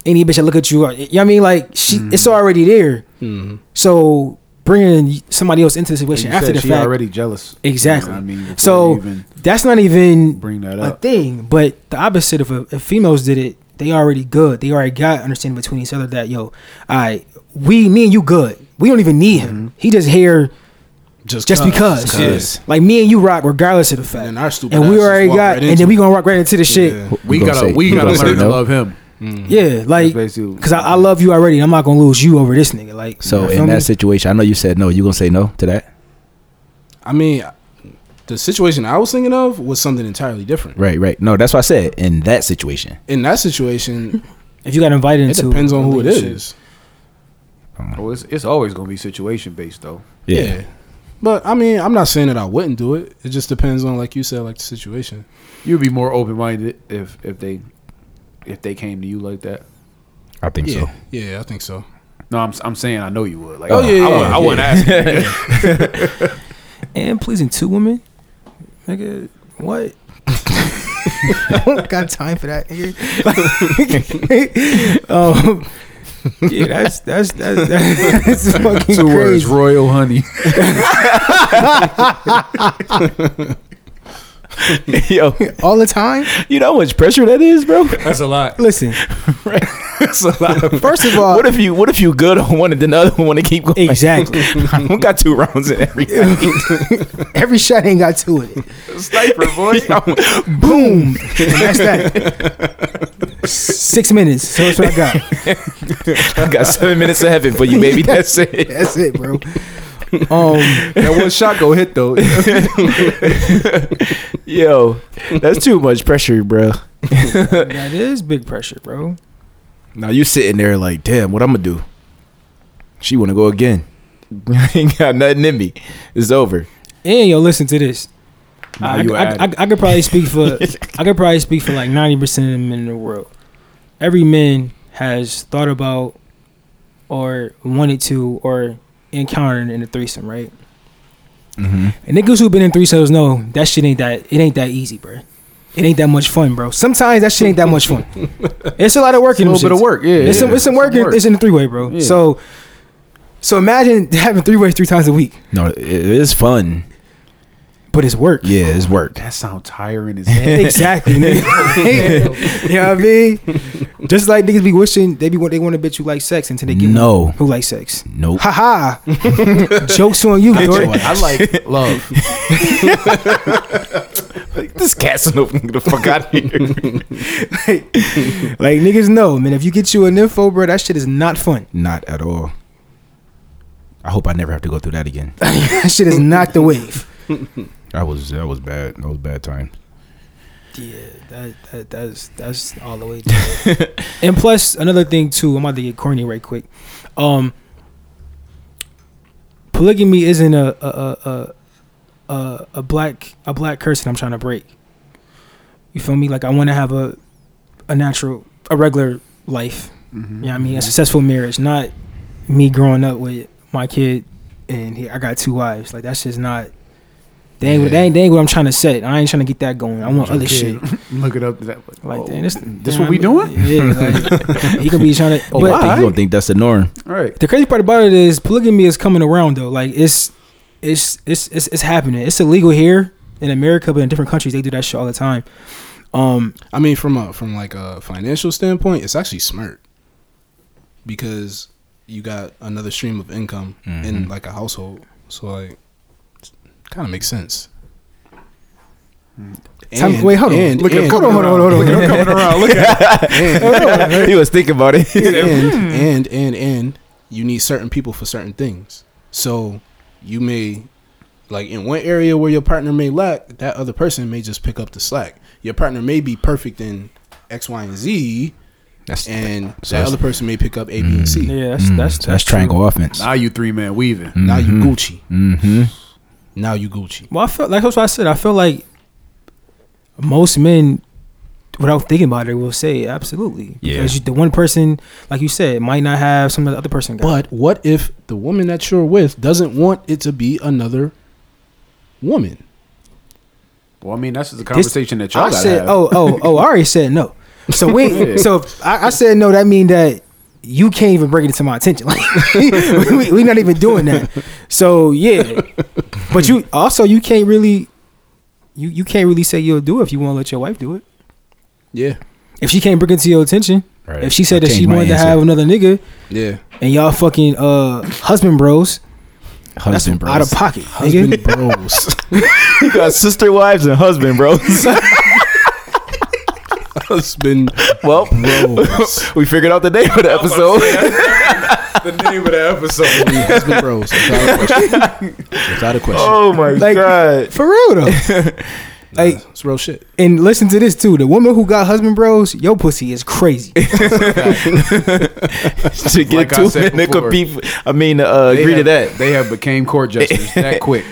any bitch that look at you, you know what I mean? Like she, it's already there. Mm-hmm. So bringing somebody else into the You situation after said the she fact, already jealous. Exactly. You know what I mean, Before So- you even that's not even bring that a up. thing. But the opposite of if females did it, they already good. They already got understanding between each other that yo, I we me and you good. We don't even need Mm-hmm. him. He just here just because. Yes. Like me and you rock regardless of the fact. And And, our stupid we asses already walk got, right and into then we gonna rock right into the shit. Yeah. we Who gotta gonna say- we who gotta gonna say learn to no? love him. Yeah, like basically- because I, I love you already. I'm not gonna lose you over this nigga. Like So you feel in me? that situation, I know you said no. You gonna say no to that? I mean, the situation I was thinking of was something entirely different. Right. Right. No, that's what I said. In that situation. In <laughs> that situation, if you got invited it into, depends on who it relationship. is. Well, oh, it's, it's always gonna be situation based though. Yeah. But I mean, I'm not saying that I wouldn't do it. It just depends on, like you said, like the situation. You'd be more open minded if if they if they came to you like that. I think Yeah, so. yeah, I think so. No, I'm I'm saying I know you would. Like, Oh, I, yeah, yeah, I, wouldn't, I yeah. wouldn't ask. you. and pleasing two <laughs> women, nigga. What? I don't got time for that. nigga. <laughs> um, yeah, that's that's that's, <laughs> that's fucking Two words, crazy. royal honey. Yo, all the time. you know how much pressure that is, bro. That's a lot. Listen, <laughs> That's a lot. Of First of all, what if you what if you good on one and then the other one to keep <laughs> going? exactly. <laughs> we got two rounds in <laughs> every Every shot ain't got two in it. <laughs> Sniper boy. Boom. And that's that. Six minutes. So that's what I got. I got seven minutes of heaven for you, baby. That's <laughs> it. That's it, bro. <laughs> Um, That one shot go hit though. Yo, that's too much pressure, bro. that is big pressure, bro. Now you sitting there like, damn, what I'm gonna do? She wanna go again. <laughs> I ain't got nothing in me. It's over. And yo, listen to this. Now I, you I, add I, I, I could probably speak for <laughs> I could probably speak for like ninety percent of the men in the world. Every man has thought about or wanted to or encountered in a threesome, right? Mm-hmm. And niggas who've been in threesomes know that shit ain't that it ain't that easy, bro. It ain't that much fun, bro. Sometimes that shit ain't that much <laughs> fun. it's a lot of work. in them a little bit of shits. work. Yeah, It's some, yeah. it's some work. in- It's in a three way, bro. Yeah. So, so imagine <laughs> having three ways three times a week, No, it is fun. but it's work. Yeah, it's work. That sound tiring as <laughs> hell. Exactly. nigga. <laughs> you know what I mean? Just like niggas be wishing they be want they want to bitch you like sex until they get No. one who like sex. Nope. Ha ha. Jokes on you, Dort. I like love. This cat's an open. <laughs> Get the fuck out of here. Like niggas know, man. If you get you an info, bro, that shit is not fun. Not at all. I hope I never have to go through that again. That shit is not the wave. I was that was bad. That was bad time. Yeah, that, that that's that's all the way. To it. and plus another thing too, I'm about to get corny right quick. Um, polygamy isn't a a a, a a a black a black curse that I'm trying to break. You feel me? Like I want to have a a natural a regular life. You Mm-hmm. know what I mean? A successful marriage, not me growing up with my kid and he, I got two wives. Like that's just not. They ain't, they, ain't, they ain't what I'm trying to set. I ain't trying to get that going. I want other shit. <laughs> Look it up. That, Like, oh, damn, this, this damn, what we I doing? mean, Yeah, like, he could be trying to. Oh, but I think you don't think that's the norm. All right. the crazy part about it is polygamy is coming around though. Like it's, it's, it's, it's, it's happening. It's illegal here in America, but in different countries they do that shit all the time. Um, I mean, from a from like a financial standpoint, it's actually smart because you got another stream of income in like a household. So like, kind of makes sense. Time- wait, hold on. and- Look at- and- hold on, hold on, <laughs> hold on, hold on. I'm coming around. Look <laughs> at he was thinking about it. <laughs> and, and and and you need certain people for certain things. So you may like in one area where your partner may lack, that other person may just pick up the slack. Your partner may be perfect in X, Y, and Z, That's and So that that's- other person may pick up A, B, and C. yeah, that's that's that's triangle offense. now you three man weaving. Hmm. Now you Gucci. Mm-hmm. Now you Gucci. Well, I felt like that's what I said. I feel like most men, without thinking about it, will say absolutely. Yeah. Because you, the one person, like you said, might not have something the other person got. But what if the woman that you're with doesn't want it to be another woman? Well, I mean, that's just the conversation that y'all I gotta said, have. oh, oh, oh, I already said no. So we, so if I, I said no. That mean that you can't even bring it to my attention. <laughs> Like we, we, we not even doing that. So yeah, but you also you can't really, you you can't really say you'll do it if you want to let your wife do it. Yeah. If she can't bring it to your attention, Right. if she said I that she changed my wanted to answer. have another nigga Yeah. and y'all fucking uh husband bros, Husband, bro. out of pocket, nigga. Husband <laughs> bros. you got sister wives and husband, bro. Husband <laughs> well, bros. <laughs> we figured out the name of the episode. The name of the episode. Yeah, husband bros. Without a <laughs> question. Without a question. <laughs> Oh my Like- god. For real though. like It's real shit. And listen to this too. The woman who got husband bros, yo pussy is crazy. to get Like I two said men that before, could be I mean uh, They agree to have- that. <laughs> They have became <laughs> court justice that quick.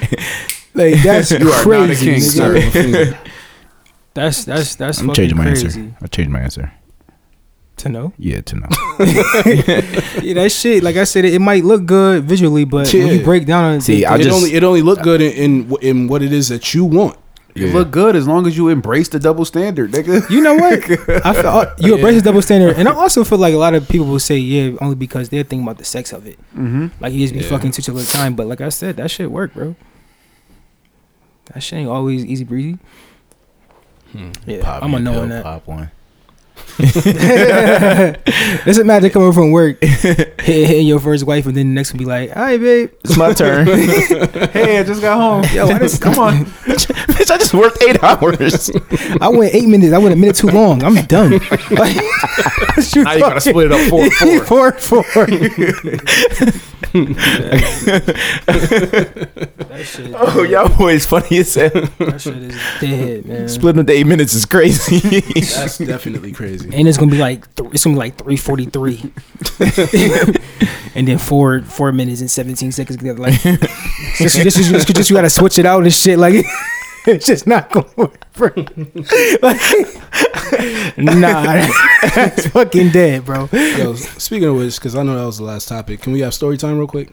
Like that's You are not a crazy. king, nigga. sir. <laughs> That's that's that's I'm fucking changing my crazy answer. I changed my answer. to know. Yeah, to know. Yeah, that shit. Like I said, it, it might look good visually, but when Yeah. you break down on See, I it just only it only look good in, in wh- in what it is that you want. You Yeah. look good as long as you embrace the double standard, nigga. You know what? I feel, uh, you embrace this double standard, and I also feel like a lot of people will say yeah only because they're thinking about the sex of it. <laughs> Mm-hmm. Like you just be Yeah. fucking two chicks at a time. But like I said, that shit work, bro. That shit ain't always easy breezy. Yeah, <laughs> Pop I'm me a a know pill, on <laughs> that. Pop one. It's a matter coming from work, hitting hitting your first wife, and then the next one be like, "All right, babe, It's my <laughs> turn. Hey, I just got home. Yo, I just, come on. <laughs> Bitch, I just worked eight hours. I went eight minutes. I went a minute too long. I'm <laughs> done." Like, you Now you gotta split it up four and four. four, four. <laughs> that shit. <laughs> oh, y'all boys funny as hell. That shit is dead, man. Splitting up to eight minutes is <laughs> crazy. That's definitely <laughs> crazy. and it's gonna be like th- it's gonna be like three forty <laughs> three, and then four four minutes and seventeen seconds. together, <laughs> Like this, this is this, just you gotta switch it out and shit. Like <laughs> it's just not gonna work. For <laughs> like, <laughs> nah, it's fucking dead, bro. Yo, speaking of which, because I know that was the last topic, can we have story time real quick?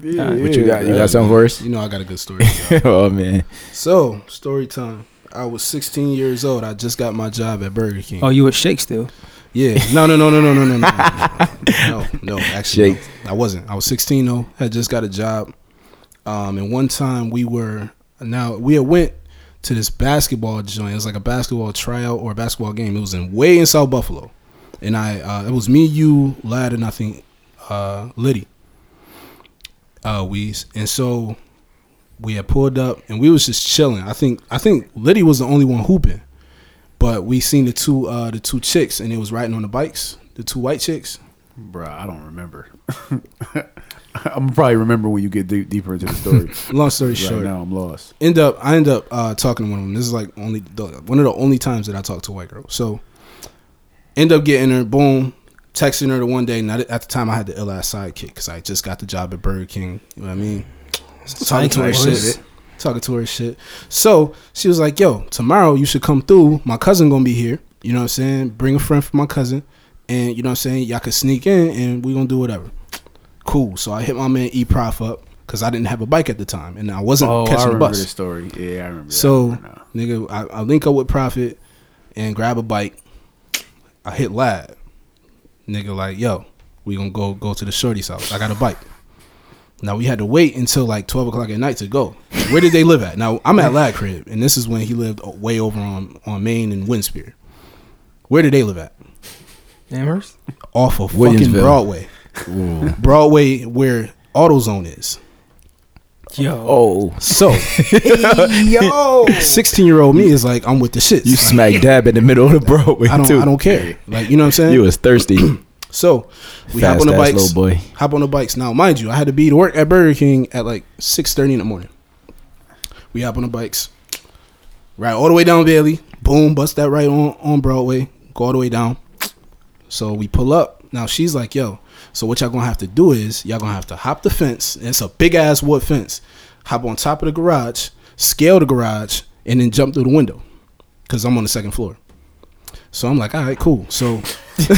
Yeah, What you got? <laughs> You got something for us? You know I got a good story. <laughs> oh man. so, story time. I was 16 years old. I just got my job at Burger King. Oh, you at shake still? Yeah. No, no, no, no, no, no, no, no, no, no. no, Actually, Shake. no. I wasn't. I was 16 though. Had just got a job. Um, and one time we were now we had went to this basketball joint. It was like a basketball tryout or a basketball game. It was in way in South Buffalo, and I uh, it was me, you, lad, and I think uh, Liddy. Uh, we and so we had pulled up and we was just chilling. I think I think Liddy was the only one hooping but we seen the two uh the two chicks and it was riding on the bikes the two white chicks Bruh, I don't remember. <laughs> I'm probably remember when you get deep, deeper into <laughs> the story. long story right short now, I'm lost. end up I end up uh, talking to one of them. This is like only the, one of the only times that I talk to a white girl. So end up getting her. Boom, texting her the one day. Not at the time I had the ill ass sidekick because I just got the job at Burger King. You know what I mean? Talking to her Sidekicks. shit. Talking to her shit. So she was like, "Yo, tomorrow you should come through. My cousin gonna be here. You know what I'm saying? Bring a friend for my cousin, and you know what I'm saying. Y'all could sneak in, and we gonna do whatever." Cool. So I hit my man E Prof up because I didn't have a bike at the time, and I wasn't <laughs> Oh, I catching a remember bus. this story. Yeah, I remember. So that one now. nigga, I, I link up with Profit and grab a bike. I hit lad. Nigga like, yo, we gonna go go to the shorty's house. I got a bike. Now we had to wait until like twelve o'clock at night to go. Where did they live at? Now I'm <laughs> at Lad Crib, and this is when he lived way over on on Maine and Windspear. Where did they live at? <laughs> Amherst? Off of fucking Williamsville. Broadway. Broadway where AutoZone is. Yo, Oh, <laughs> So <laughs> yo, sixteen year old me is like, I'm with the shits. you smack dab in the middle of the <laughs> Broadway I don't too. I don't care. Like you know what I'm saying? You was thirsty. So we hop Fast on the ass bikes. little boy. Hop on the bikes. Now, mind you, I had to be to work at Burger King at like six thirty in the morning. We hop on the bikes, ride all the way down Bailey. Boom, bust that right on on Broadway. Go all the way down. So we pull up. Now she's like, "Yo, so what y'all gonna have to do is y'all gonna have to hop the fence. And it's a big ass wood fence. Hop on top of the garage, scale the garage, and then jump through the window, cause I'm on the second floor." So I'm like, "All right, cool." So boys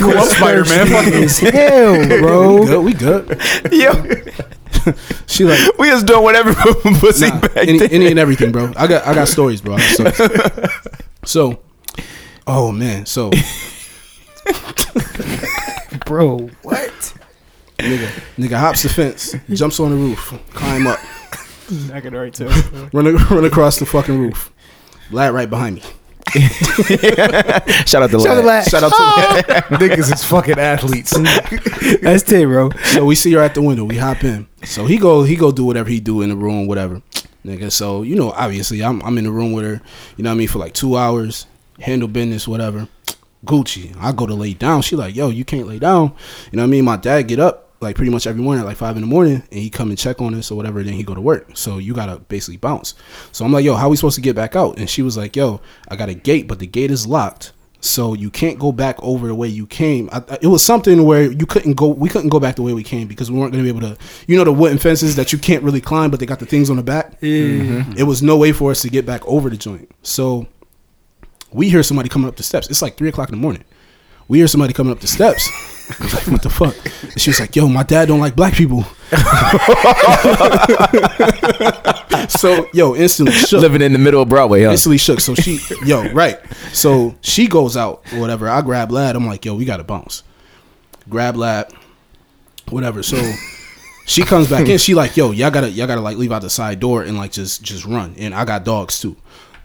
cool, was I'm Spider-Man. thirsty as hell, we bro. good. We good. Oh. <laughs> Yo, <laughs> She like, <laughs> we was doing whatever pussy nah, any, any and everything, bro. I got I got stories, bro. I got stories. <laughs> so, oh man, so Bro, what? nigga, nigga hops the fence, jumps on the roof, climb up, I can already tell. run <laughs> run across the fucking roof. Lad right behind me. Shout out to Shout out to Lad. Lad. Shout out <laughs> to <laughs> Niggas is fucking <laughs> athletes. That's it, bro. So we see her at the window. We hop in. So he go he go do whatever he do in the room, whatever. Nigga, so you know, obviously I'm I'm in the room with her, you know what I mean, for like two hours, handle business, whatever. Gucci. I go to lay down. She like, yo, you can't lay down. You know what I mean? My dad get up like pretty much every morning at like five in the morning and he come and check on us or whatever, then he go to work. So you gotta basically bounce. So I'm like, yo, how we supposed to get back out? And she was like, yo, I got a gate, but the gate is locked. So you can't go back over the way you came. I, I- it was something where you couldn't go. We couldn't go back the way we came because we weren't going to be able to. You know the wooden fences that you can't really climb, but they got the things on the back. Mm-hmm. It was no way for us to get back over the joint. So we hear somebody coming up the steps. <laughs> It's like three o'clock in the morning. We hear somebody coming up the steps. I was like, what the fuck? And she was like, yo, my dad don't like black people. <laughs> so yo, instantly shook. <laughs> Living in the middle of Broadway, huh? Instantly shook. So <laughs> she, yo, right. So she goes out, or whatever. I grab Lad. I'm like, yo, we got to bounce. Grab Lad, whatever. So she comes back in. She like, yo, y'all gotta, y'all gotta like leave out the side door and like just, just run. And I got dogs too.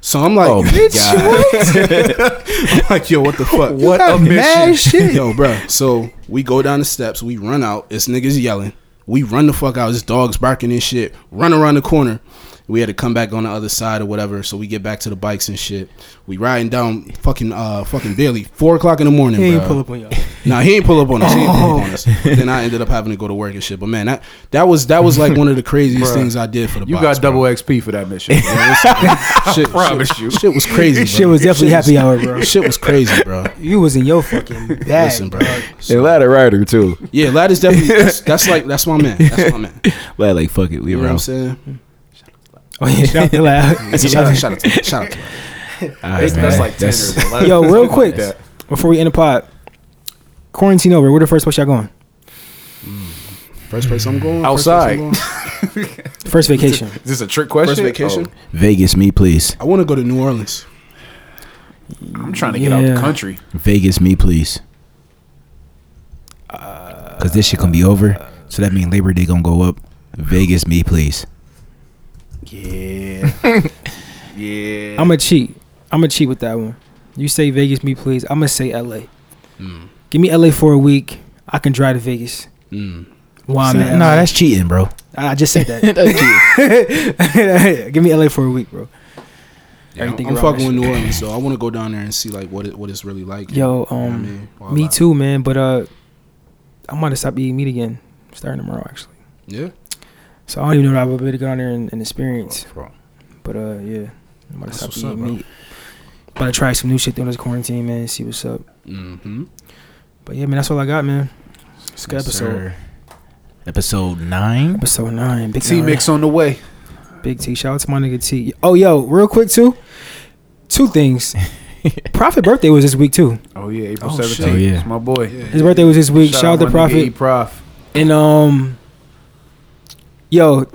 So I'm like, Oh my god! I'm like, yo, what <laughs> the fuck? What a mad shit, yo, bro. So we go down the steps. We run out. It's niggas yelling. We run the fuck out. This dog's barking and shit. Run around the corner. We had to come back on the other side or whatever. So we get back to the bikes and shit. We riding down fucking uh fucking Bailey. Four o'clock in the morning. He ain't bruh. pull up on Oh. y'all. Nah, he ain't pull up on us. He ain't pull up on us. <laughs> Then I ended up having to go to work and shit. But man, that that was that was like one of the craziest things I did for the You box, got double bro. XP for that <laughs> mission. <laughs> shit, promise you. Shit was crazy. Shit was definitely happy hour, bro. Shit was crazy, bro. You was in your fucking bag. Listen, bro. So- And Lad a rider too. yeah, Lad is <laughs> definitely that's, that's like that's my man. That's my man. You Lad like fuck it, we know what I'm around. saying? <laughs> Oh, yeah, <laughs> shout out loud. Shout out, shout out, to, shout out. To All right, man. That's like ten That's- or <laughs> eleven. Yo, real Something quick, like that. before we end the pod, quarantine over. Where the first place y'all going? first place I'm going first Outside. place I'm going. First vacation. Is this a trick question? First vacation. Oh, Vegas, me please. I want to go to New Orleans. I'm trying to get out Yeah. the country. Vegas, me please. Cause this shit gonna be over, so that means Labor Day gonna go up. Vegas, me please. Yeah. <laughs> yeah. I'm gonna cheat. I'm gonna cheat with that one. You say Vegas, me please. I'm gonna say LA. Mm, Give me LA for a week. I can drive to Vegas. mm. Why, man? Nah, that's cheating, bro. I I just said <laughs> that. Give me LA for a week, bro. Yeah, I'm, Everything I'm around fucking that with New Orleans, so I want to go down there and see like what it, what it's really like. Yo, You know what I um, mean? Wild me out. too, man. But uh, I might have stopped eating meat again starting tomorrow, actually. Yeah, So I don't even know if I'll be able to go down there and, and experience. Bro. But uh, yeah, I'm about to Oh, That's stop what's up, eating bro. meat. About to try some new shit during this quarantine, man. See what's up. mm-hmm. But yeah, man, that's all I got, man. It's a good episode. Episode nine. Episode nine. Big T nine. mix on the way. Big T. Shout out to my nigga T. Oh, yo, real quick too. Two <laughs> things. Prophet birthday was this week too. Oh yeah, April Oh, shit. seventeenth. Oh, yeah. It's my boy. His birthday was this week. Shout, out to my nigga E Prophet. Prof. <laughs> And um, yo,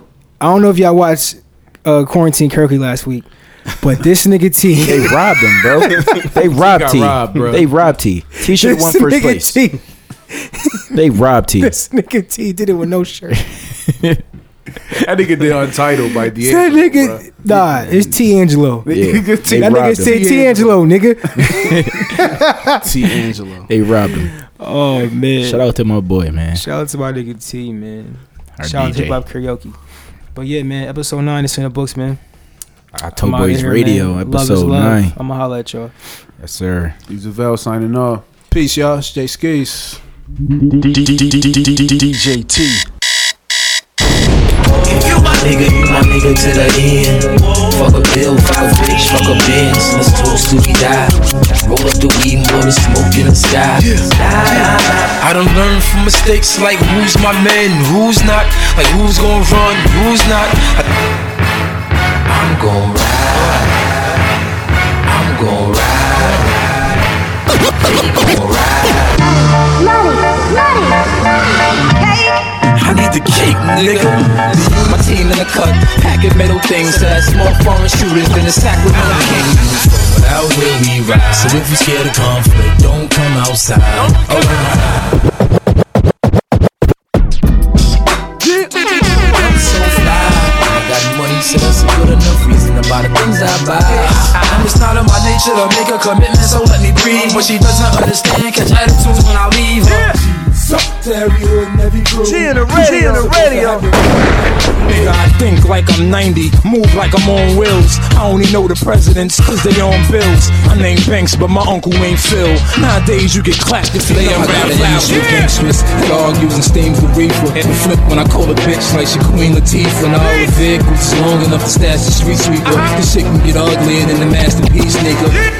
I don't know if y'all watched uh, Quarantine Kirkley last week, <laughs> but this nigga T. <laughs> They robbed him, bro. They robbed got T. robbed, bro. They robbed T. T should have This won first nigga place. T. They robbed T. This nigga T did it with no shirt. That nigga did Untitled by the that nigga, nah, it's T Angelo. Yeah. They That nigga robbed said him. T Angelo, <laughs> nigga. T. Angelo. They robbed him. Oh man. Shout out to my boy, man. Shout out to my nigga T, man. Our Shout out to DJ. Hip Hop Karaoke. But yeah, man, episode nine is in the books, man. October I'm outta Boys here, Radio, man. Love is episode love. nine. I'ma holla at y'all. Yes, sir. These Val signing off. Peace, y'all. It's Jay Skis. DJ T. You my nigga, you my nigga to the end. Fuck a bill, fuck a bitch, fuck a Benz. Let's toast till we die. Roll up the weed and blow the smoke in the sky. I done learned from mistakes like who's my man, who's not. Like who's gonna run, who's not. I- I'm gonna ride. I'm gonna ride. I'm gonna ride. Money, money, money, cake. I need the cake, nigga. My team in the cut, packing metal things to that small foreign shooters in the Sacramento King. But out here we ride, so if you scared of conflict, don't come outside. I'm so fly. I got money, so that's a good enough reason to buy the things I buy. I'm just not in my nature to make a commitment, so let me breathe. But she doesn't understand, catch attitudes when I leave. her. Sucked to every hood and every crew. She in the radio. in the radio. Nigga, I think like I'm 90, move like I'm on wheels. I only know the presidents, cause they on bills. I name Banks, but my uncle ain't Phil. Nowadays, you get clapped if you know how to rap. Yeah. gangsters, they all using steam for reefer. And flip when I call a bitch like she Queen Latifah. And all Uh-huh. the vehicles is long enough to stash the street sweeper. This shit can get uglier than the masterpiece, nigga.